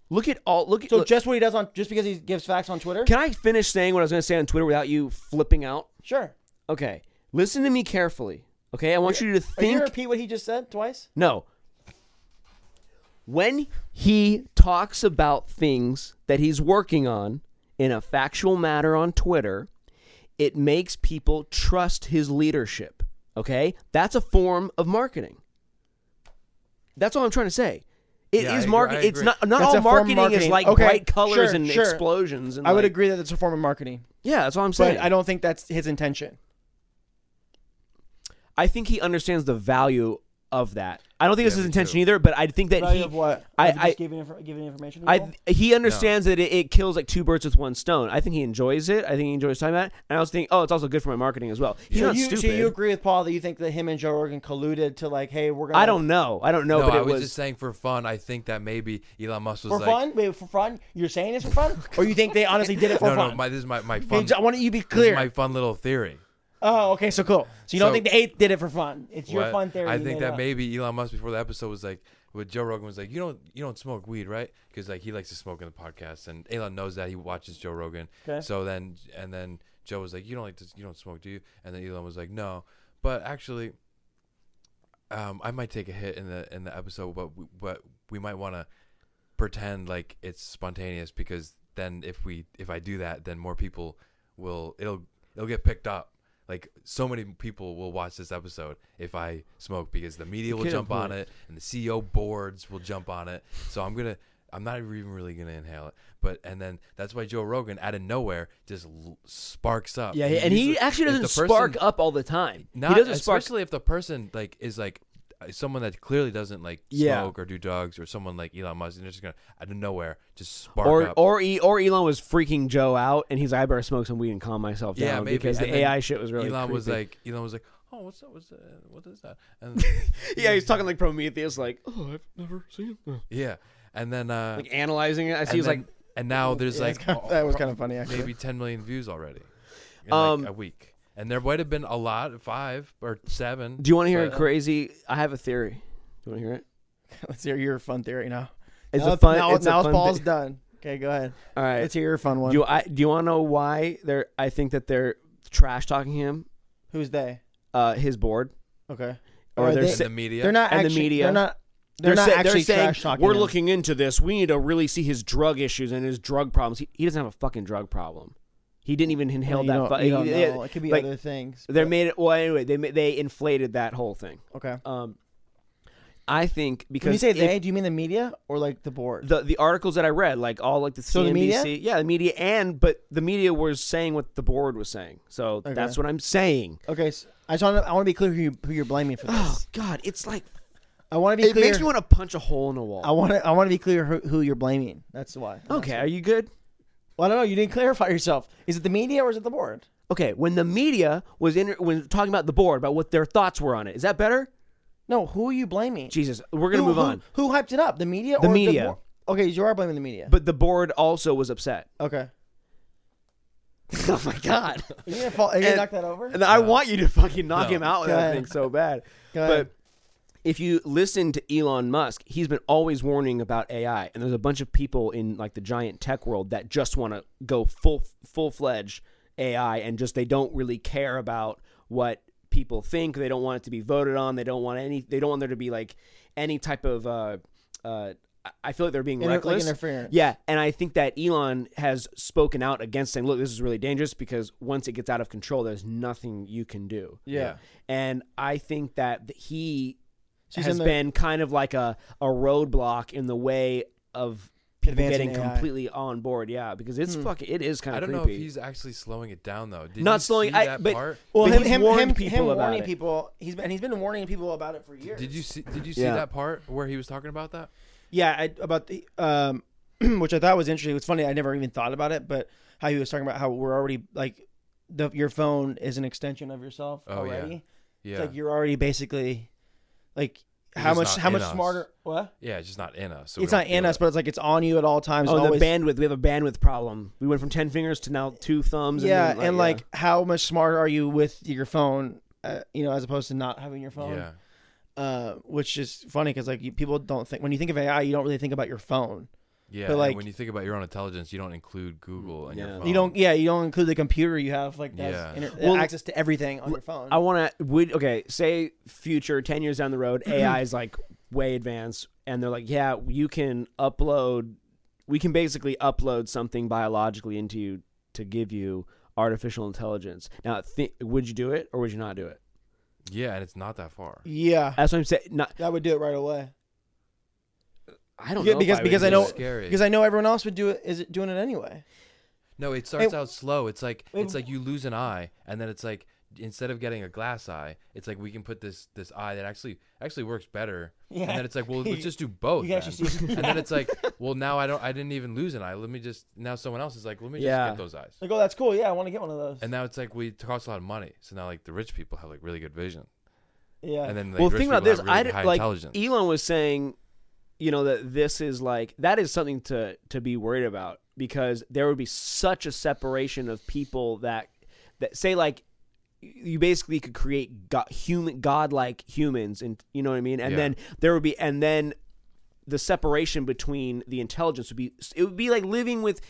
[SPEAKER 3] Look at all. Look at.
[SPEAKER 2] So
[SPEAKER 3] look-
[SPEAKER 2] just what he does on just because he gives facts on Twitter?
[SPEAKER 3] can I finish saying what I was going to say on Twitter without you flipping out?
[SPEAKER 2] sure.
[SPEAKER 3] Okay. Listen to me carefully. Okay. I want you to
[SPEAKER 2] Can you
[SPEAKER 3] think.
[SPEAKER 2] repeat what he just said twice?
[SPEAKER 3] No. When he talks about things that he's working on in a factual matter on Twitter, it makes people trust his leadership. Okay? That's a form of marketing. That's all I'm trying to say. It is
[SPEAKER 1] Yeah, I agree-
[SPEAKER 3] market.
[SPEAKER 1] I
[SPEAKER 3] It's
[SPEAKER 1] agree.
[SPEAKER 3] not not
[SPEAKER 2] That's
[SPEAKER 3] all
[SPEAKER 2] a form of
[SPEAKER 3] marketing, is
[SPEAKER 2] marketing.
[SPEAKER 3] like
[SPEAKER 2] Okay,
[SPEAKER 3] bright colors
[SPEAKER 2] sure,
[SPEAKER 3] and
[SPEAKER 2] sure.
[SPEAKER 3] explosions. And
[SPEAKER 2] I would
[SPEAKER 3] like-
[SPEAKER 2] agree that it's a form of marketing,
[SPEAKER 3] Yeah, that's all I'm saying.
[SPEAKER 2] but I don't think that's his intention.
[SPEAKER 3] I think he understands the value of that. I don't think it's
[SPEAKER 1] Yeah,
[SPEAKER 3] his
[SPEAKER 1] me
[SPEAKER 3] intention
[SPEAKER 1] too.
[SPEAKER 3] either, but I think that he, I-
[SPEAKER 2] Of just
[SPEAKER 3] I-
[SPEAKER 2] giving, inf- giving information. to
[SPEAKER 3] I
[SPEAKER 2] people?
[SPEAKER 3] he understands that it, it kills like two birds with one stone. I think he enjoys it. I think he enjoys time at. it. And I was thinking, oh, it's also good for my marketing as well. He's
[SPEAKER 2] so
[SPEAKER 3] not
[SPEAKER 2] you,
[SPEAKER 3] stupid.
[SPEAKER 2] So you agree with Paul that you think that him and Joe Rogan colluded to like, hey, we're gonna.
[SPEAKER 3] I don't know. I don't know,
[SPEAKER 1] No,
[SPEAKER 3] but
[SPEAKER 1] I
[SPEAKER 3] it
[SPEAKER 1] was,
[SPEAKER 3] was.
[SPEAKER 1] just saying for fun. I think that maybe Elon Musk was
[SPEAKER 2] for
[SPEAKER 1] like,
[SPEAKER 2] fun. Wait, for fun. You're saying it's for fun, or you think they honestly did it for
[SPEAKER 1] no,
[SPEAKER 2] fun?
[SPEAKER 1] no, my, this is my my
[SPEAKER 2] Hey,
[SPEAKER 1] fun.
[SPEAKER 2] I want you to be
[SPEAKER 1] this is
[SPEAKER 2] clear.
[SPEAKER 1] my fun little theory.
[SPEAKER 2] Oh, okay, so cool. So you don't
[SPEAKER 1] So-
[SPEAKER 2] think the eighth did it for fun? It's your
[SPEAKER 1] What-
[SPEAKER 2] fun theory.
[SPEAKER 1] I
[SPEAKER 2] you
[SPEAKER 1] think
[SPEAKER 2] made
[SPEAKER 1] that
[SPEAKER 2] up.
[SPEAKER 1] maybe Elon Musk before the episode was like, what Joe Rogan was like, you don't you don't smoke weed, right? Because like he likes to smoke in the podcast, and Elon knows that he watches Joe Rogan.
[SPEAKER 2] 'Kay.
[SPEAKER 1] So then and then Joe was like, you don't like to you don't smoke, do you? And then Elon was like, no, but actually, um, I might take a hit in the in the episode, but we, but we might want to pretend like it's spontaneous because then if we if I do that, then more people will it'll it'll get picked up. Like so many people will watch this episode if I smoke because the media will
[SPEAKER 3] Good
[SPEAKER 1] jump on
[SPEAKER 3] point.
[SPEAKER 1] it and the CEO boards will jump on it. So I'm gonna I'm not even really gonna inhale it. But and then that's why Joe Rogan out of nowhere just l- sparks up.
[SPEAKER 3] yeah, and
[SPEAKER 1] usually-
[SPEAKER 3] he actually
[SPEAKER 1] if
[SPEAKER 3] doesn't
[SPEAKER 1] the
[SPEAKER 3] spark
[SPEAKER 1] person-
[SPEAKER 3] up all the time.
[SPEAKER 1] not
[SPEAKER 3] he doesn't spark.
[SPEAKER 1] especially if the person like is like uh, someone that clearly doesn't like
[SPEAKER 3] Yeah.
[SPEAKER 1] smoke or do drugs or someone like Elon Musk and they're just gonna out of nowhere just spark
[SPEAKER 3] Or
[SPEAKER 1] up.
[SPEAKER 3] or, e, or Elon was freaking Joe out, and he's like, I better smoke some weed and calm myself down
[SPEAKER 1] yeah, maybe
[SPEAKER 3] because
[SPEAKER 1] And
[SPEAKER 3] the
[SPEAKER 1] then
[SPEAKER 3] AI shit was really.
[SPEAKER 1] Elon was
[SPEAKER 3] creepy.
[SPEAKER 1] like Elon was like, oh, what's that? What's that? What is that? And
[SPEAKER 3] yeah,
[SPEAKER 1] "Mm."
[SPEAKER 3] he's talking like Prometheus, like, oh, I've never seen, that."
[SPEAKER 1] yeah, and then uh,
[SPEAKER 3] like analyzing it. I see,
[SPEAKER 1] and
[SPEAKER 3] he's
[SPEAKER 1] then-
[SPEAKER 3] like, "Oh,
[SPEAKER 1] and now there's
[SPEAKER 2] Yeah,
[SPEAKER 1] like
[SPEAKER 2] it's kind of- that was kind of funny, actually.
[SPEAKER 1] maybe 10 million views already in
[SPEAKER 3] Um,
[SPEAKER 1] like a week, and there might have been a lot, five or seven.
[SPEAKER 3] do you want to hear a
[SPEAKER 1] but-
[SPEAKER 3] crazy? I have a theory. Do you want to hear it?
[SPEAKER 2] Let's hear your fun theory now.
[SPEAKER 3] It's
[SPEAKER 2] now
[SPEAKER 3] a fun.
[SPEAKER 2] Now,
[SPEAKER 3] it's a
[SPEAKER 2] now
[SPEAKER 3] fun
[SPEAKER 2] Paul's
[SPEAKER 3] thi-
[SPEAKER 2] done. Okay, go ahead.
[SPEAKER 3] All right.
[SPEAKER 2] Let's hear your fun one.
[SPEAKER 3] Do you, I do you want to know why they're? I think that they're trash talking him,
[SPEAKER 2] Who's they?
[SPEAKER 3] uh, his board,
[SPEAKER 2] Okay.
[SPEAKER 3] or
[SPEAKER 2] Are
[SPEAKER 3] they're
[SPEAKER 2] they-
[SPEAKER 3] sa-
[SPEAKER 1] in the media?
[SPEAKER 2] They're not
[SPEAKER 3] and the
[SPEAKER 2] actually.
[SPEAKER 3] media.
[SPEAKER 2] They're not. They're,
[SPEAKER 3] sa-
[SPEAKER 2] not actually
[SPEAKER 3] saying,
[SPEAKER 2] trash talking.
[SPEAKER 3] We're
[SPEAKER 2] him.
[SPEAKER 3] looking into this. We need to really see his drug issues and his drug problems. He, he doesn't have a fucking drug problem. He didn't even
[SPEAKER 2] Well,
[SPEAKER 3] inhale
[SPEAKER 2] you
[SPEAKER 3] that.
[SPEAKER 2] don't-
[SPEAKER 3] fu-
[SPEAKER 2] you don't
[SPEAKER 3] he- they-
[SPEAKER 2] know. It could be
[SPEAKER 3] like,
[SPEAKER 2] other things.
[SPEAKER 3] They made it. Well, anyway, they ma- they inflated that whole thing.
[SPEAKER 2] Okay.
[SPEAKER 3] Um, I think because
[SPEAKER 2] When you say
[SPEAKER 3] if-
[SPEAKER 2] they, do you mean the media or like the board?
[SPEAKER 3] the the articles that I read, like all like the CNBC,
[SPEAKER 2] So the media?
[SPEAKER 3] yeah, the media, and but the media was saying what the board was saying. So that's what I'm saying.
[SPEAKER 2] okay, so I just want to. I want to be clear who, you, who you're blaming for
[SPEAKER 3] Oh
[SPEAKER 2] this.
[SPEAKER 3] God, it's like
[SPEAKER 2] I want to be
[SPEAKER 3] it
[SPEAKER 2] clear.
[SPEAKER 3] makes me want to punch a hole in a wall.
[SPEAKER 2] I want to. I want to be clear who, who you're blaming. That's why.
[SPEAKER 3] Okay, are you good?
[SPEAKER 2] Well, I don't know. You didn't clarify yourself. Is it the media or is it the board?
[SPEAKER 3] Okay, when the media was in when talking about the board, about what their thoughts were on it, is that better?
[SPEAKER 2] No. Who are you blaming?
[SPEAKER 3] Jesus, we're gonna
[SPEAKER 2] Who-
[SPEAKER 3] move
[SPEAKER 2] who-
[SPEAKER 3] on.
[SPEAKER 2] Who hyped it up? The media.
[SPEAKER 3] The
[SPEAKER 2] or
[SPEAKER 3] media.
[SPEAKER 2] board? okay, you are blaming the media.
[SPEAKER 3] But the board also was upset.
[SPEAKER 2] okay.
[SPEAKER 3] oh my God!
[SPEAKER 2] Are you gonna, fall, are you gonna
[SPEAKER 3] And-
[SPEAKER 2] knock that over?
[SPEAKER 3] And I want you to fucking knock
[SPEAKER 1] No.
[SPEAKER 3] him out with
[SPEAKER 2] Go
[SPEAKER 3] that
[SPEAKER 2] ahead.
[SPEAKER 3] thing so bad.
[SPEAKER 2] Go ahead.
[SPEAKER 3] But if you listen to Elon Musk, he's been always warning about AI, and there's a bunch of people in like the giant tech world that just want to go full full fledged AI, and just they don't really care about what people think. They don't want it to be voted on. They don't want any. They don't want there to be like any type of uh, uh, I- I feel like they're being
[SPEAKER 2] Inter- like
[SPEAKER 3] reckless.
[SPEAKER 2] interference.
[SPEAKER 3] Yeah, and I think that Elon has spoken out against saying, "Look, this is really dangerous because once it gets out of control, there's nothing you can do."
[SPEAKER 2] Yeah.
[SPEAKER 3] and I think that th- he
[SPEAKER 2] She's
[SPEAKER 3] has
[SPEAKER 2] in the-
[SPEAKER 3] been kind of like a a roadblock in the way of people
[SPEAKER 2] Advancing Hmm.
[SPEAKER 3] getting
[SPEAKER 2] AI.
[SPEAKER 3] completely on board. Yeah, because it's fucking it is kind
[SPEAKER 1] I
[SPEAKER 3] of
[SPEAKER 1] don't know
[SPEAKER 3] creepy.
[SPEAKER 1] if he's actually slowing it down though. Did
[SPEAKER 3] Not
[SPEAKER 1] you
[SPEAKER 3] slowing-
[SPEAKER 1] see
[SPEAKER 3] I-
[SPEAKER 1] that
[SPEAKER 3] but-
[SPEAKER 1] part?
[SPEAKER 2] Well,
[SPEAKER 3] But
[SPEAKER 2] him,
[SPEAKER 3] he's
[SPEAKER 2] him,
[SPEAKER 3] warned
[SPEAKER 2] him,
[SPEAKER 3] people
[SPEAKER 2] him
[SPEAKER 3] about
[SPEAKER 2] warning
[SPEAKER 3] it.
[SPEAKER 2] people. He's been, and he's been warning people about it for years.
[SPEAKER 1] Did you see? Did you see
[SPEAKER 3] Yeah.
[SPEAKER 1] that part where he was talking about that?
[SPEAKER 2] Yeah, I, about the um, which I thought was interesting. It was funny. I never even thought about it, but how he was talking about how we're already like the your phone is an extension of yourself
[SPEAKER 1] Oh, yeah.
[SPEAKER 2] already.
[SPEAKER 1] Yeah,
[SPEAKER 2] It's like you're already basically like
[SPEAKER 1] It's
[SPEAKER 2] how
[SPEAKER 1] just
[SPEAKER 2] much
[SPEAKER 1] not
[SPEAKER 2] how
[SPEAKER 1] in
[SPEAKER 2] much
[SPEAKER 1] us.
[SPEAKER 2] smarter. What?
[SPEAKER 1] yeah, it's just not in us. so we
[SPEAKER 2] It's
[SPEAKER 1] don't
[SPEAKER 2] not in
[SPEAKER 1] feel
[SPEAKER 2] us,
[SPEAKER 1] it.
[SPEAKER 2] but it's like it's on you at all times.
[SPEAKER 3] Oh,
[SPEAKER 2] and always,
[SPEAKER 3] the bandwidth. We have a bandwidth problem. We went from ten fingers to now two thumbs.
[SPEAKER 2] Yeah,
[SPEAKER 3] and, then,
[SPEAKER 2] and
[SPEAKER 3] yeah.
[SPEAKER 2] like how much smarter are you with your phone? Uh, you know, as opposed to not having your phone.
[SPEAKER 1] yeah,
[SPEAKER 2] Uh, which is funny because like you, people don't think when you think of AI, you don't really think about your phone.
[SPEAKER 1] yeah.
[SPEAKER 2] but
[SPEAKER 1] and
[SPEAKER 2] like-
[SPEAKER 1] when you think about your own intelligence, you don't include Google and
[SPEAKER 3] Yeah.
[SPEAKER 1] your phone.
[SPEAKER 2] You don't, yeah, you don't include the computer you have, like that has
[SPEAKER 1] Yeah.
[SPEAKER 2] inter-
[SPEAKER 3] Well,
[SPEAKER 2] access to everything on your phone.
[SPEAKER 3] I want to would okay say future ten years down the road AI is like way advanced and they're like yeah you can upload we can basically upload something biologically into you to give you artificial intelligence now th- would you do it or would you not do it
[SPEAKER 1] Yeah, and it's not that far.
[SPEAKER 2] e- yeah,
[SPEAKER 3] that's what I'm saying not
[SPEAKER 2] that would do it right away
[SPEAKER 3] I don't
[SPEAKER 2] Yeah,
[SPEAKER 3] know
[SPEAKER 2] because-
[SPEAKER 3] if I
[SPEAKER 2] because
[SPEAKER 3] would
[SPEAKER 2] I
[SPEAKER 3] do
[SPEAKER 2] know-
[SPEAKER 1] It's
[SPEAKER 3] it.
[SPEAKER 1] scary.
[SPEAKER 2] because I know everyone else would do it. Is it doing it anyway?
[SPEAKER 1] No, it starts
[SPEAKER 2] It-
[SPEAKER 1] out slow. It's like
[SPEAKER 2] it-
[SPEAKER 1] it's like you lose an eye, and then it's like instead of getting a glass eye, it's like we can put this this eye that actually actually works better. And
[SPEAKER 2] Yeah.
[SPEAKER 1] then it's like, well,
[SPEAKER 2] You-
[SPEAKER 1] let's just do both.
[SPEAKER 2] you can actually
[SPEAKER 1] then.
[SPEAKER 2] see-
[SPEAKER 1] And then it's like, well, now I don't, I didn't even lose an eye. Let me just now someone else is like, let me just
[SPEAKER 3] Yeah.
[SPEAKER 1] get those eyes.
[SPEAKER 2] Like, oh, that's cool. Yeah, I want to get one of those.
[SPEAKER 1] And now it's like we it costs a lot of money, so now like the rich people have like really good vision,
[SPEAKER 2] yeah,
[SPEAKER 1] and then like,
[SPEAKER 3] well
[SPEAKER 1] rich
[SPEAKER 3] think about
[SPEAKER 1] people
[SPEAKER 3] this
[SPEAKER 1] have really
[SPEAKER 3] I d-
[SPEAKER 1] high
[SPEAKER 3] like
[SPEAKER 1] intelligence.
[SPEAKER 2] uh,
[SPEAKER 3] Elon was saying you know that this is like that is something to to be worried about because there would be such a separation of people that that say like you basically could create go- human godlike humans and you know what I mean and
[SPEAKER 1] Yeah.
[SPEAKER 3] then there would be and then the separation between the intelligence would be it would be like living with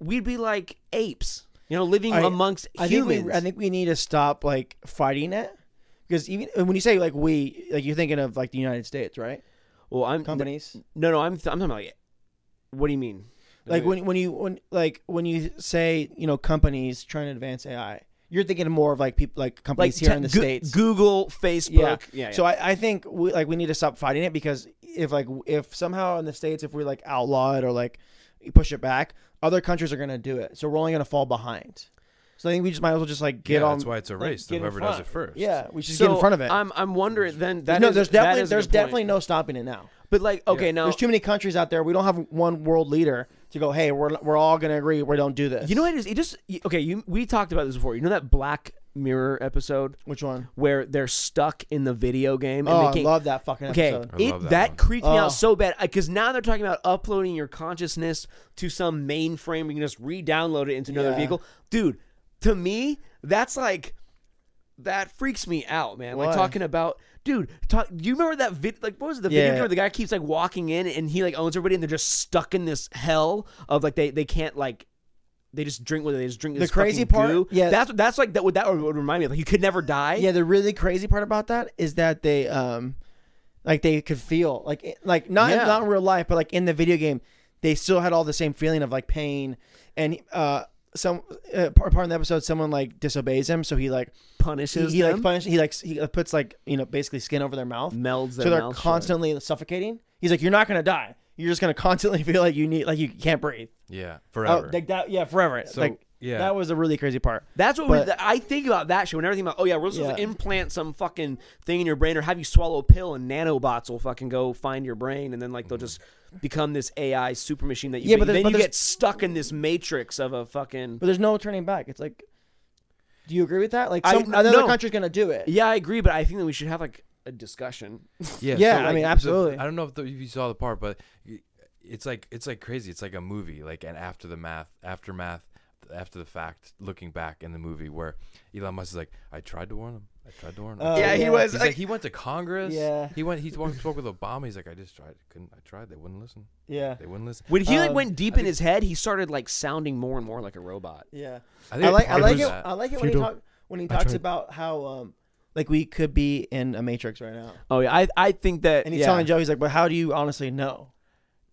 [SPEAKER 3] we'd be like apes you know living
[SPEAKER 2] I-
[SPEAKER 3] amongst
[SPEAKER 2] I think
[SPEAKER 3] humans
[SPEAKER 2] we, I think we need to stop like fighting it because even and when you say like we, like you're thinking of like the United States, right?
[SPEAKER 3] well I'm
[SPEAKER 2] Companies.
[SPEAKER 3] no no I'm th- I'm talking about like, what do you mean
[SPEAKER 2] Like when when you when like when you say you know companies trying to advance AI, you're thinking more of like people like companies here
[SPEAKER 3] te-
[SPEAKER 2] in the
[SPEAKER 3] Goo-
[SPEAKER 2] states.
[SPEAKER 3] Google, Facebook.
[SPEAKER 2] yeah. So
[SPEAKER 3] So
[SPEAKER 2] I, I think we like we need to stop fighting it because if like if somehow in the states if we like outlaw it or like push it back, other countries are gonna do it. So we're only gonna fall behind. So I think we just might as well just like get
[SPEAKER 1] yeah,
[SPEAKER 2] on.
[SPEAKER 1] that's why it's a
[SPEAKER 2] like,
[SPEAKER 1] race. to
[SPEAKER 2] get in
[SPEAKER 1] whoever does
[SPEAKER 2] front.
[SPEAKER 1] it first.
[SPEAKER 2] Yeah, we should get in front of it.
[SPEAKER 3] I'm I'm wondering then that
[SPEAKER 2] no,
[SPEAKER 3] is-
[SPEAKER 2] there's
[SPEAKER 3] that
[SPEAKER 2] definitely
[SPEAKER 3] is a
[SPEAKER 2] there's
[SPEAKER 3] good point.
[SPEAKER 2] definitely no stopping it now.
[SPEAKER 3] But like okay now
[SPEAKER 2] There's too many countries out there. We don't have one world leader to go. Hey, we're we're all gonna agree. We don't do this.
[SPEAKER 3] you know what it is it just y- okay you we talked about this before you know that Black Mirror episode
[SPEAKER 2] which one?
[SPEAKER 3] where they're stuck in the video game and
[SPEAKER 2] Oh,
[SPEAKER 3] they
[SPEAKER 2] I
[SPEAKER 3] can't
[SPEAKER 2] love that fucking
[SPEAKER 3] Okay,
[SPEAKER 2] episode.
[SPEAKER 1] I love
[SPEAKER 3] it, that,
[SPEAKER 1] that one.
[SPEAKER 3] creeped me
[SPEAKER 2] Oh.
[SPEAKER 3] out so bad because now they're talking about uploading your consciousness to some mainframe. You can just re-download it into another
[SPEAKER 2] Yeah.
[SPEAKER 3] vehicle, dude. To me, that's like that freaks me out, man.
[SPEAKER 2] Why?
[SPEAKER 3] Like talking about, dude. Talk, do you remember that vid? Like, what was the
[SPEAKER 2] Yeah.
[SPEAKER 3] video game where the guy keeps like walking in and he like owns everybody and they're just stuck in this hell of like they they can't like. They just drink with it. They just drink
[SPEAKER 2] The
[SPEAKER 3] this
[SPEAKER 2] crazy
[SPEAKER 3] fucking
[SPEAKER 2] part-
[SPEAKER 3] goo.
[SPEAKER 2] yeah.
[SPEAKER 3] That's that's like that. Would that would remind me of like you could never die.
[SPEAKER 2] Yeah, the really crazy part about that is that they um, like they could feel like it- like not
[SPEAKER 3] Yeah.
[SPEAKER 2] not in real life, but like in the video game, they still had all the same feeling of like pain and uh. Some uh, part part of the episode, someone like disobeys him, so he like he,
[SPEAKER 3] punishes
[SPEAKER 2] he
[SPEAKER 3] them.
[SPEAKER 2] like punish he like s- he uh, puts like you know basically skin over their mouth,
[SPEAKER 3] melds their
[SPEAKER 2] so they're
[SPEAKER 3] mouth shut.
[SPEAKER 2] constantly suffocating. He's like, you're not gonna die. You're just gonna constantly feel like you need, like you can't breathe.
[SPEAKER 1] yeah,
[SPEAKER 2] Oh,
[SPEAKER 1] forever.
[SPEAKER 2] like that, yeah, forever.
[SPEAKER 1] So,
[SPEAKER 2] like,
[SPEAKER 1] yeah.
[SPEAKER 2] that was a really crazy part.
[SPEAKER 3] That's what
[SPEAKER 2] But-
[SPEAKER 3] we, I think about that shit. Whenever I think about, oh yeah, we're supposed to
[SPEAKER 2] Yeah.
[SPEAKER 3] implant some fucking thing in your brain, or have you swallow a pill, and nanobots will fucking go find your brain, and then like they'll just become this AI super machine that
[SPEAKER 2] Yeah,
[SPEAKER 3] you. Mm-hmm. Yeah,
[SPEAKER 2] but
[SPEAKER 3] but,
[SPEAKER 2] there-
[SPEAKER 3] then
[SPEAKER 2] but
[SPEAKER 3] you
[SPEAKER 2] there's-
[SPEAKER 3] get stuck in this matrix of a fucking.
[SPEAKER 2] But there's no turning back. It's like, do you agree with that? Like,
[SPEAKER 3] I-
[SPEAKER 2] some another
[SPEAKER 3] no.
[SPEAKER 2] country's gonna do it.
[SPEAKER 3] Yeah, I agree, but I think that we should have like a discussion.
[SPEAKER 1] Yeah,
[SPEAKER 2] Yeah,
[SPEAKER 1] so,
[SPEAKER 2] I
[SPEAKER 1] like,
[SPEAKER 2] mean,
[SPEAKER 1] so
[SPEAKER 2] absolutely.
[SPEAKER 1] I don't know if, the, if you saw the part, but y- it's like it's like crazy. It's like a movie, like an after the math, aftermath, after the fact, looking back in the movie where Elon Musk is like, "I tried to warn him. I tried to warn him." I
[SPEAKER 2] Oh,
[SPEAKER 1] tried
[SPEAKER 2] Yeah,
[SPEAKER 1] to
[SPEAKER 2] he
[SPEAKER 1] warn him."
[SPEAKER 2] was,
[SPEAKER 1] He's like, he went to Congress.
[SPEAKER 2] Yeah.
[SPEAKER 1] he went. He walked, spoke with Obama. He's like, "I just tried. Couldn't. I tried. They wouldn't listen.
[SPEAKER 2] yeah,
[SPEAKER 1] They wouldn't listen."
[SPEAKER 3] When he like
[SPEAKER 2] Um,
[SPEAKER 3] went deep in his head, he started like sounding more and more like a robot.
[SPEAKER 2] yeah.
[SPEAKER 1] I,
[SPEAKER 2] I like, I
[SPEAKER 1] part of
[SPEAKER 2] like it.
[SPEAKER 1] that-
[SPEAKER 2] I like it when he,
[SPEAKER 1] Feudal-
[SPEAKER 2] talk, when he talks
[SPEAKER 1] tried.
[SPEAKER 2] about how um, like we could be in a matrix right now.
[SPEAKER 3] Oh yeah, I I think that.
[SPEAKER 2] And he's
[SPEAKER 3] yeah.
[SPEAKER 2] telling Joe, he's like, but how do you honestly know?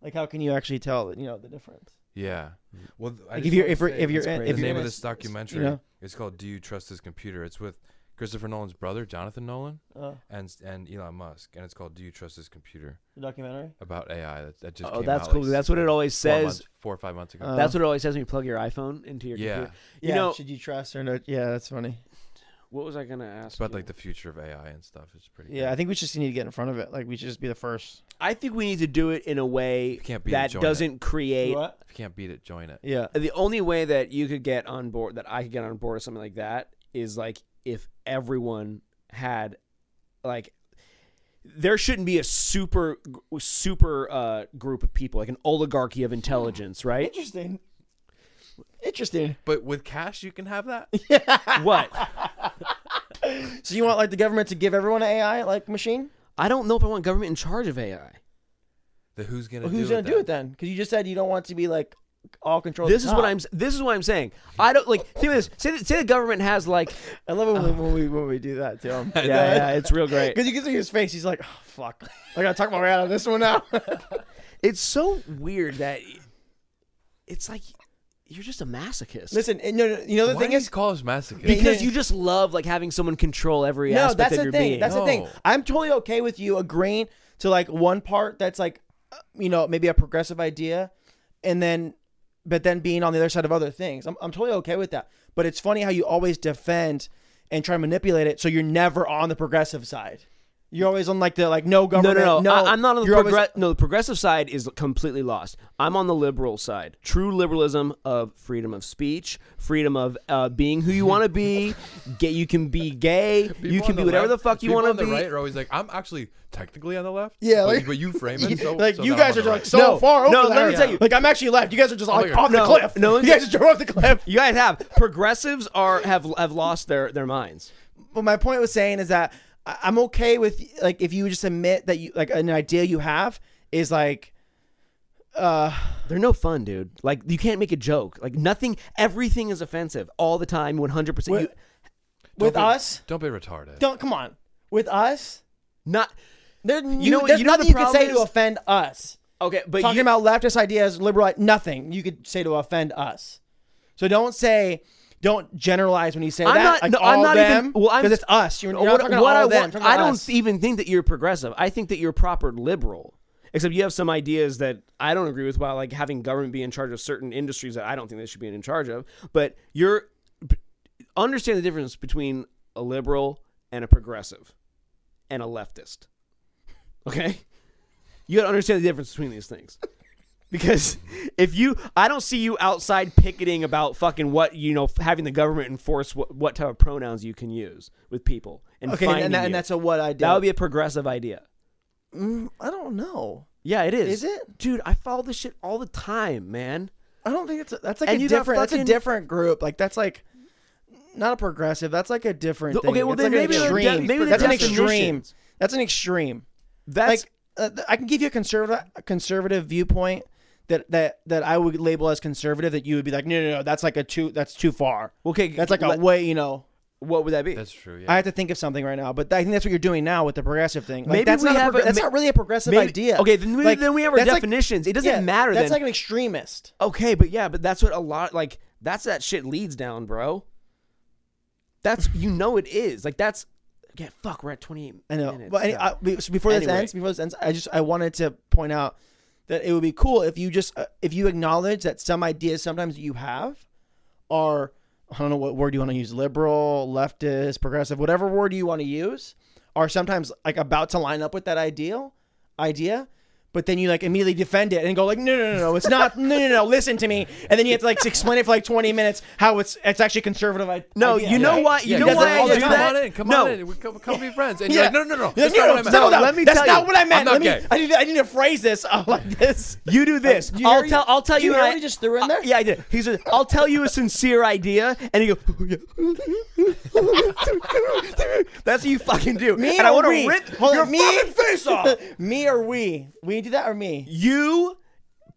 [SPEAKER 2] Like, how can you actually tell you know the difference?
[SPEAKER 1] Yeah. Well, th- I
[SPEAKER 2] Like,
[SPEAKER 1] just
[SPEAKER 2] if you're
[SPEAKER 1] wanna
[SPEAKER 2] if you're
[SPEAKER 1] say
[SPEAKER 2] if you're
[SPEAKER 3] that's
[SPEAKER 2] in-
[SPEAKER 3] crazy.
[SPEAKER 1] the
[SPEAKER 2] if you're
[SPEAKER 1] name
[SPEAKER 2] in
[SPEAKER 1] of
[SPEAKER 2] a-
[SPEAKER 1] this documentary
[SPEAKER 2] know?
[SPEAKER 1] is called "Do You Trust This Computer?" It's with Christopher Nolan's brother, Jonathan Nolan,
[SPEAKER 2] uh,
[SPEAKER 1] and and Elon Musk, and it's called "Do You Trust This Computer?"
[SPEAKER 2] the documentary.
[SPEAKER 1] about AI. That, that just
[SPEAKER 3] Oh,
[SPEAKER 1] came
[SPEAKER 3] that's
[SPEAKER 1] out,
[SPEAKER 3] cool.
[SPEAKER 1] like,
[SPEAKER 3] that's what it always
[SPEAKER 1] four
[SPEAKER 3] says. Uh-huh.
[SPEAKER 1] months- four or five months ago.
[SPEAKER 2] Uh,
[SPEAKER 3] That's what it always says when you plug your iPhone into your
[SPEAKER 1] yeah,
[SPEAKER 3] computer. You know,
[SPEAKER 2] should you trust or no? Yeah, that's funny.
[SPEAKER 3] what was I gonna ask?
[SPEAKER 1] it's about
[SPEAKER 3] you?
[SPEAKER 1] like the future of AI and stuff. It's pretty.
[SPEAKER 2] Yeah, I
[SPEAKER 1] cool.
[SPEAKER 2] think we just need to get in front of it. Like, we should just be the first.
[SPEAKER 3] I think we need to do it in a way
[SPEAKER 1] you can't beat it.
[SPEAKER 3] that
[SPEAKER 1] Join
[SPEAKER 3] doesn't
[SPEAKER 1] It.
[SPEAKER 3] create.
[SPEAKER 2] What?
[SPEAKER 1] If you can't beat it, join it.
[SPEAKER 2] Yeah.
[SPEAKER 3] The only way that you could get on board, that I could get on board with something like that, is like if everyone had, like, there shouldn't be a super, super uh, group of people, like an oligarchy of intelligence, right?
[SPEAKER 2] Interesting. Interesting.
[SPEAKER 1] But with cash, you can have that.
[SPEAKER 3] what?
[SPEAKER 2] So you want like the government to give everyone an AI like machine?
[SPEAKER 3] I don't know if I want government in charge of AI.
[SPEAKER 1] The who's gonna
[SPEAKER 2] Well, who's
[SPEAKER 1] do
[SPEAKER 2] gonna
[SPEAKER 1] it
[SPEAKER 2] do
[SPEAKER 1] then?
[SPEAKER 2] it then? Because you just said you don't want it to be like all controlled.
[SPEAKER 3] This is what I'm. This is what I'm saying. I don't like. Think of this. Say, that- say the government has like.
[SPEAKER 2] I love it when, when we when we do that to him.
[SPEAKER 3] Yeah, yeah, it's real great.
[SPEAKER 2] Because you can see his face. He's like, oh, fuck. I gotta talk my way out of this one now.
[SPEAKER 3] It's so weird that it's like you're just a masochist.
[SPEAKER 2] Listen, and no, no, you know the
[SPEAKER 1] Why
[SPEAKER 2] thing
[SPEAKER 1] do you
[SPEAKER 2] is,
[SPEAKER 1] call us masochist?
[SPEAKER 3] because you just love like having someone control every
[SPEAKER 2] no,
[SPEAKER 3] aspect
[SPEAKER 2] that's
[SPEAKER 3] of
[SPEAKER 2] the
[SPEAKER 3] your
[SPEAKER 2] thing.
[SPEAKER 3] being.
[SPEAKER 2] That's the thing.
[SPEAKER 1] No.
[SPEAKER 2] I'm totally okay with you agreeing to like one part that's like, uh, you know, maybe a progressive idea, and then, but then being on the other side of other things. I'm, I'm totally okay with that. But it's funny how you always defend and try to manipulate it, so you're never on the progressive side. You're always on like the like no
[SPEAKER 3] no,
[SPEAKER 2] government.
[SPEAKER 3] no, no. I, am not on the
[SPEAKER 2] you're always-
[SPEAKER 3] progress. No, the progressive side is completely lost. I'm on the liberal side. True liberalism of freedom of speech, freedom of uh, being who you want to be. Gay, you can be gay. you can be whatever the fuck you want to
[SPEAKER 1] on the
[SPEAKER 3] be.
[SPEAKER 1] right are always like, I'm actually technically on the left.
[SPEAKER 2] Yeah,
[SPEAKER 1] but,
[SPEAKER 2] like-
[SPEAKER 1] but you frame it so
[SPEAKER 2] like
[SPEAKER 1] so
[SPEAKER 2] you
[SPEAKER 1] now I'm
[SPEAKER 2] guys are
[SPEAKER 1] on the
[SPEAKER 2] just, like
[SPEAKER 1] right.
[SPEAKER 2] so
[SPEAKER 3] No,
[SPEAKER 2] far over.
[SPEAKER 3] no,
[SPEAKER 2] the
[SPEAKER 3] let me
[SPEAKER 2] left.
[SPEAKER 3] tell you. Oh
[SPEAKER 2] Like I'm actually left. You guys are just like
[SPEAKER 1] God.
[SPEAKER 2] off the
[SPEAKER 3] No,
[SPEAKER 2] cliff.
[SPEAKER 3] no, let
[SPEAKER 2] you
[SPEAKER 3] me
[SPEAKER 2] guys just drove off the cliff.
[SPEAKER 3] You guys have progressives are have have lost their their minds.
[SPEAKER 2] But my point was saying is that I- I'm okay with like if you just admit that you like an idea you have is like, uh,
[SPEAKER 3] They're no fun, dude. Like you can't make a joke. Like nothing. Everything is offensive all the time. One hundred percent.
[SPEAKER 2] With- with
[SPEAKER 1] be-
[SPEAKER 2] us.
[SPEAKER 1] Don't be retarded.
[SPEAKER 2] Don't come on. With us,
[SPEAKER 3] Not
[SPEAKER 2] there you,
[SPEAKER 3] know-
[SPEAKER 2] there's
[SPEAKER 3] you know
[SPEAKER 2] nothing
[SPEAKER 3] the
[SPEAKER 2] you can say
[SPEAKER 3] problem
[SPEAKER 2] to
[SPEAKER 3] is-
[SPEAKER 2] offend us.
[SPEAKER 3] okay, but
[SPEAKER 2] Talking
[SPEAKER 3] you,
[SPEAKER 2] about leftist ideas, liberal, nothing you could say to offend us. So don't say. Don't generalize when you say
[SPEAKER 3] I'm
[SPEAKER 2] that.
[SPEAKER 3] not-
[SPEAKER 2] like
[SPEAKER 3] no,
[SPEAKER 2] all
[SPEAKER 3] I'm not
[SPEAKER 2] them,
[SPEAKER 3] even- well, I'm-
[SPEAKER 2] because it's us. You're, you're not
[SPEAKER 3] what,
[SPEAKER 2] talking about
[SPEAKER 3] what
[SPEAKER 2] all
[SPEAKER 3] I
[SPEAKER 2] them.
[SPEAKER 3] want.
[SPEAKER 2] You're talking
[SPEAKER 3] I
[SPEAKER 2] about
[SPEAKER 3] don't
[SPEAKER 2] us.
[SPEAKER 3] even think that you're progressive. I think that you're proper liberal. Except you have some ideas that I don't agree with about like having government be in charge of certain industries that I don't think they should be in charge of. But you're understand the difference between a liberal and a progressive and a leftist. Okay? You gotta understand the difference between these things. Because if you, I don't see you outside picketing about fucking what you know, having the government enforce what, what type of pronouns you can use with people and
[SPEAKER 2] okay,
[SPEAKER 3] finding
[SPEAKER 2] and, that, and
[SPEAKER 3] you.
[SPEAKER 2] that's a what I do.
[SPEAKER 3] that would be a progressive idea.
[SPEAKER 2] Mm, I don't know.
[SPEAKER 3] Yeah, it
[SPEAKER 2] Is
[SPEAKER 3] is.
[SPEAKER 2] it?
[SPEAKER 3] dude? I follow this shit all the time, man.
[SPEAKER 2] I don't think it's a, that's like
[SPEAKER 3] And
[SPEAKER 2] a
[SPEAKER 3] you got
[SPEAKER 2] different.
[SPEAKER 3] fucking-
[SPEAKER 2] That's a different group. Like that's like not a progressive. That's like a different.
[SPEAKER 3] The-
[SPEAKER 2] thing.
[SPEAKER 3] okay, well,
[SPEAKER 2] It's
[SPEAKER 3] then
[SPEAKER 2] like an
[SPEAKER 3] maybe they're
[SPEAKER 2] extreme.
[SPEAKER 3] de- maybe they're
[SPEAKER 2] that's an
[SPEAKER 3] definitions.
[SPEAKER 2] extreme. That's an extreme.
[SPEAKER 3] That's
[SPEAKER 2] like uh, th- I can give you a conservative a conservative viewpoint that that that I would label as conservative. That you would be like, no, no, no, that's like a too that's too far.
[SPEAKER 3] okay.
[SPEAKER 2] That's like a
[SPEAKER 3] let-
[SPEAKER 2] way, you know.
[SPEAKER 3] what would that be?
[SPEAKER 1] That's true. Yeah.
[SPEAKER 2] I have to think of something right now, but I think that's what you're doing now with the progressive thing. Like,
[SPEAKER 3] Maybe
[SPEAKER 2] that's
[SPEAKER 3] we
[SPEAKER 2] not
[SPEAKER 3] have
[SPEAKER 2] a, progr-
[SPEAKER 3] a-
[SPEAKER 2] that's
[SPEAKER 3] may-
[SPEAKER 2] not really a progressive
[SPEAKER 3] Maybe-
[SPEAKER 2] idea.
[SPEAKER 3] Okay, then we,
[SPEAKER 2] Like,
[SPEAKER 3] then we have our
[SPEAKER 2] that's like-
[SPEAKER 3] definitions. it doesn't
[SPEAKER 2] yeah,
[SPEAKER 3] matter.
[SPEAKER 2] That's
[SPEAKER 3] then.
[SPEAKER 2] like an extremist.
[SPEAKER 3] Okay, but yeah, but that's what a lot like that's that shit leads down, bro. That's you know it is. Like that's yeah, fuck, we're at 28
[SPEAKER 2] I know.
[SPEAKER 3] minutes.
[SPEAKER 2] But any,
[SPEAKER 3] Yeah.
[SPEAKER 2] I, be- so before this
[SPEAKER 3] Anyway.
[SPEAKER 2] ends, before this ends, I just I wanted to point out that it would be cool if you just uh, if you acknowledge that some ideas sometimes you have are I don't know what word you want to use liberal, leftist, progressive, whatever word you want to use are sometimes like about to line up with that ideal idea. But then you like immediately defend it and go like no no no no it's not no no no listen to me and then you have to like explain it for like twenty minutes how it's it's actually conservative I-
[SPEAKER 3] No,
[SPEAKER 2] idea.
[SPEAKER 3] you know why- you know
[SPEAKER 2] does it
[SPEAKER 3] why I
[SPEAKER 2] all
[SPEAKER 1] oh,
[SPEAKER 2] the
[SPEAKER 3] do
[SPEAKER 1] come
[SPEAKER 2] time.
[SPEAKER 3] that?
[SPEAKER 1] on in. Come
[SPEAKER 3] No.
[SPEAKER 1] on in. We come, come be friends. And you're
[SPEAKER 2] Yeah.
[SPEAKER 1] like, no, no, no.
[SPEAKER 2] You're
[SPEAKER 1] That's
[SPEAKER 2] like,
[SPEAKER 1] not
[SPEAKER 2] no,
[SPEAKER 1] what I meant.
[SPEAKER 2] no, no,
[SPEAKER 3] No,
[SPEAKER 2] let me tell you. That's not what I meant.
[SPEAKER 1] I'm
[SPEAKER 2] Let
[SPEAKER 1] not
[SPEAKER 2] me,
[SPEAKER 1] gay.
[SPEAKER 2] I need, I need to phrase this uh, like this.
[SPEAKER 3] you do this.
[SPEAKER 2] you
[SPEAKER 3] Um, I'll
[SPEAKER 2] already-
[SPEAKER 3] tell I'll tell
[SPEAKER 2] you
[SPEAKER 3] you, an
[SPEAKER 2] already
[SPEAKER 3] I-
[SPEAKER 2] just threw in
[SPEAKER 3] uh,
[SPEAKER 2] there?
[SPEAKER 3] yeah, I did. He's a, I'll tell you a sincere idea and you go That's what you fucking do.
[SPEAKER 2] Me or
[SPEAKER 3] and I want
[SPEAKER 2] we?
[SPEAKER 3] to rip
[SPEAKER 2] Hold
[SPEAKER 3] your
[SPEAKER 2] on, me
[SPEAKER 3] fucking face off.
[SPEAKER 2] me or we? We do that or me?
[SPEAKER 3] You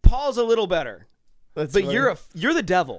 [SPEAKER 3] Paul's a little better. but you're a you're the devil.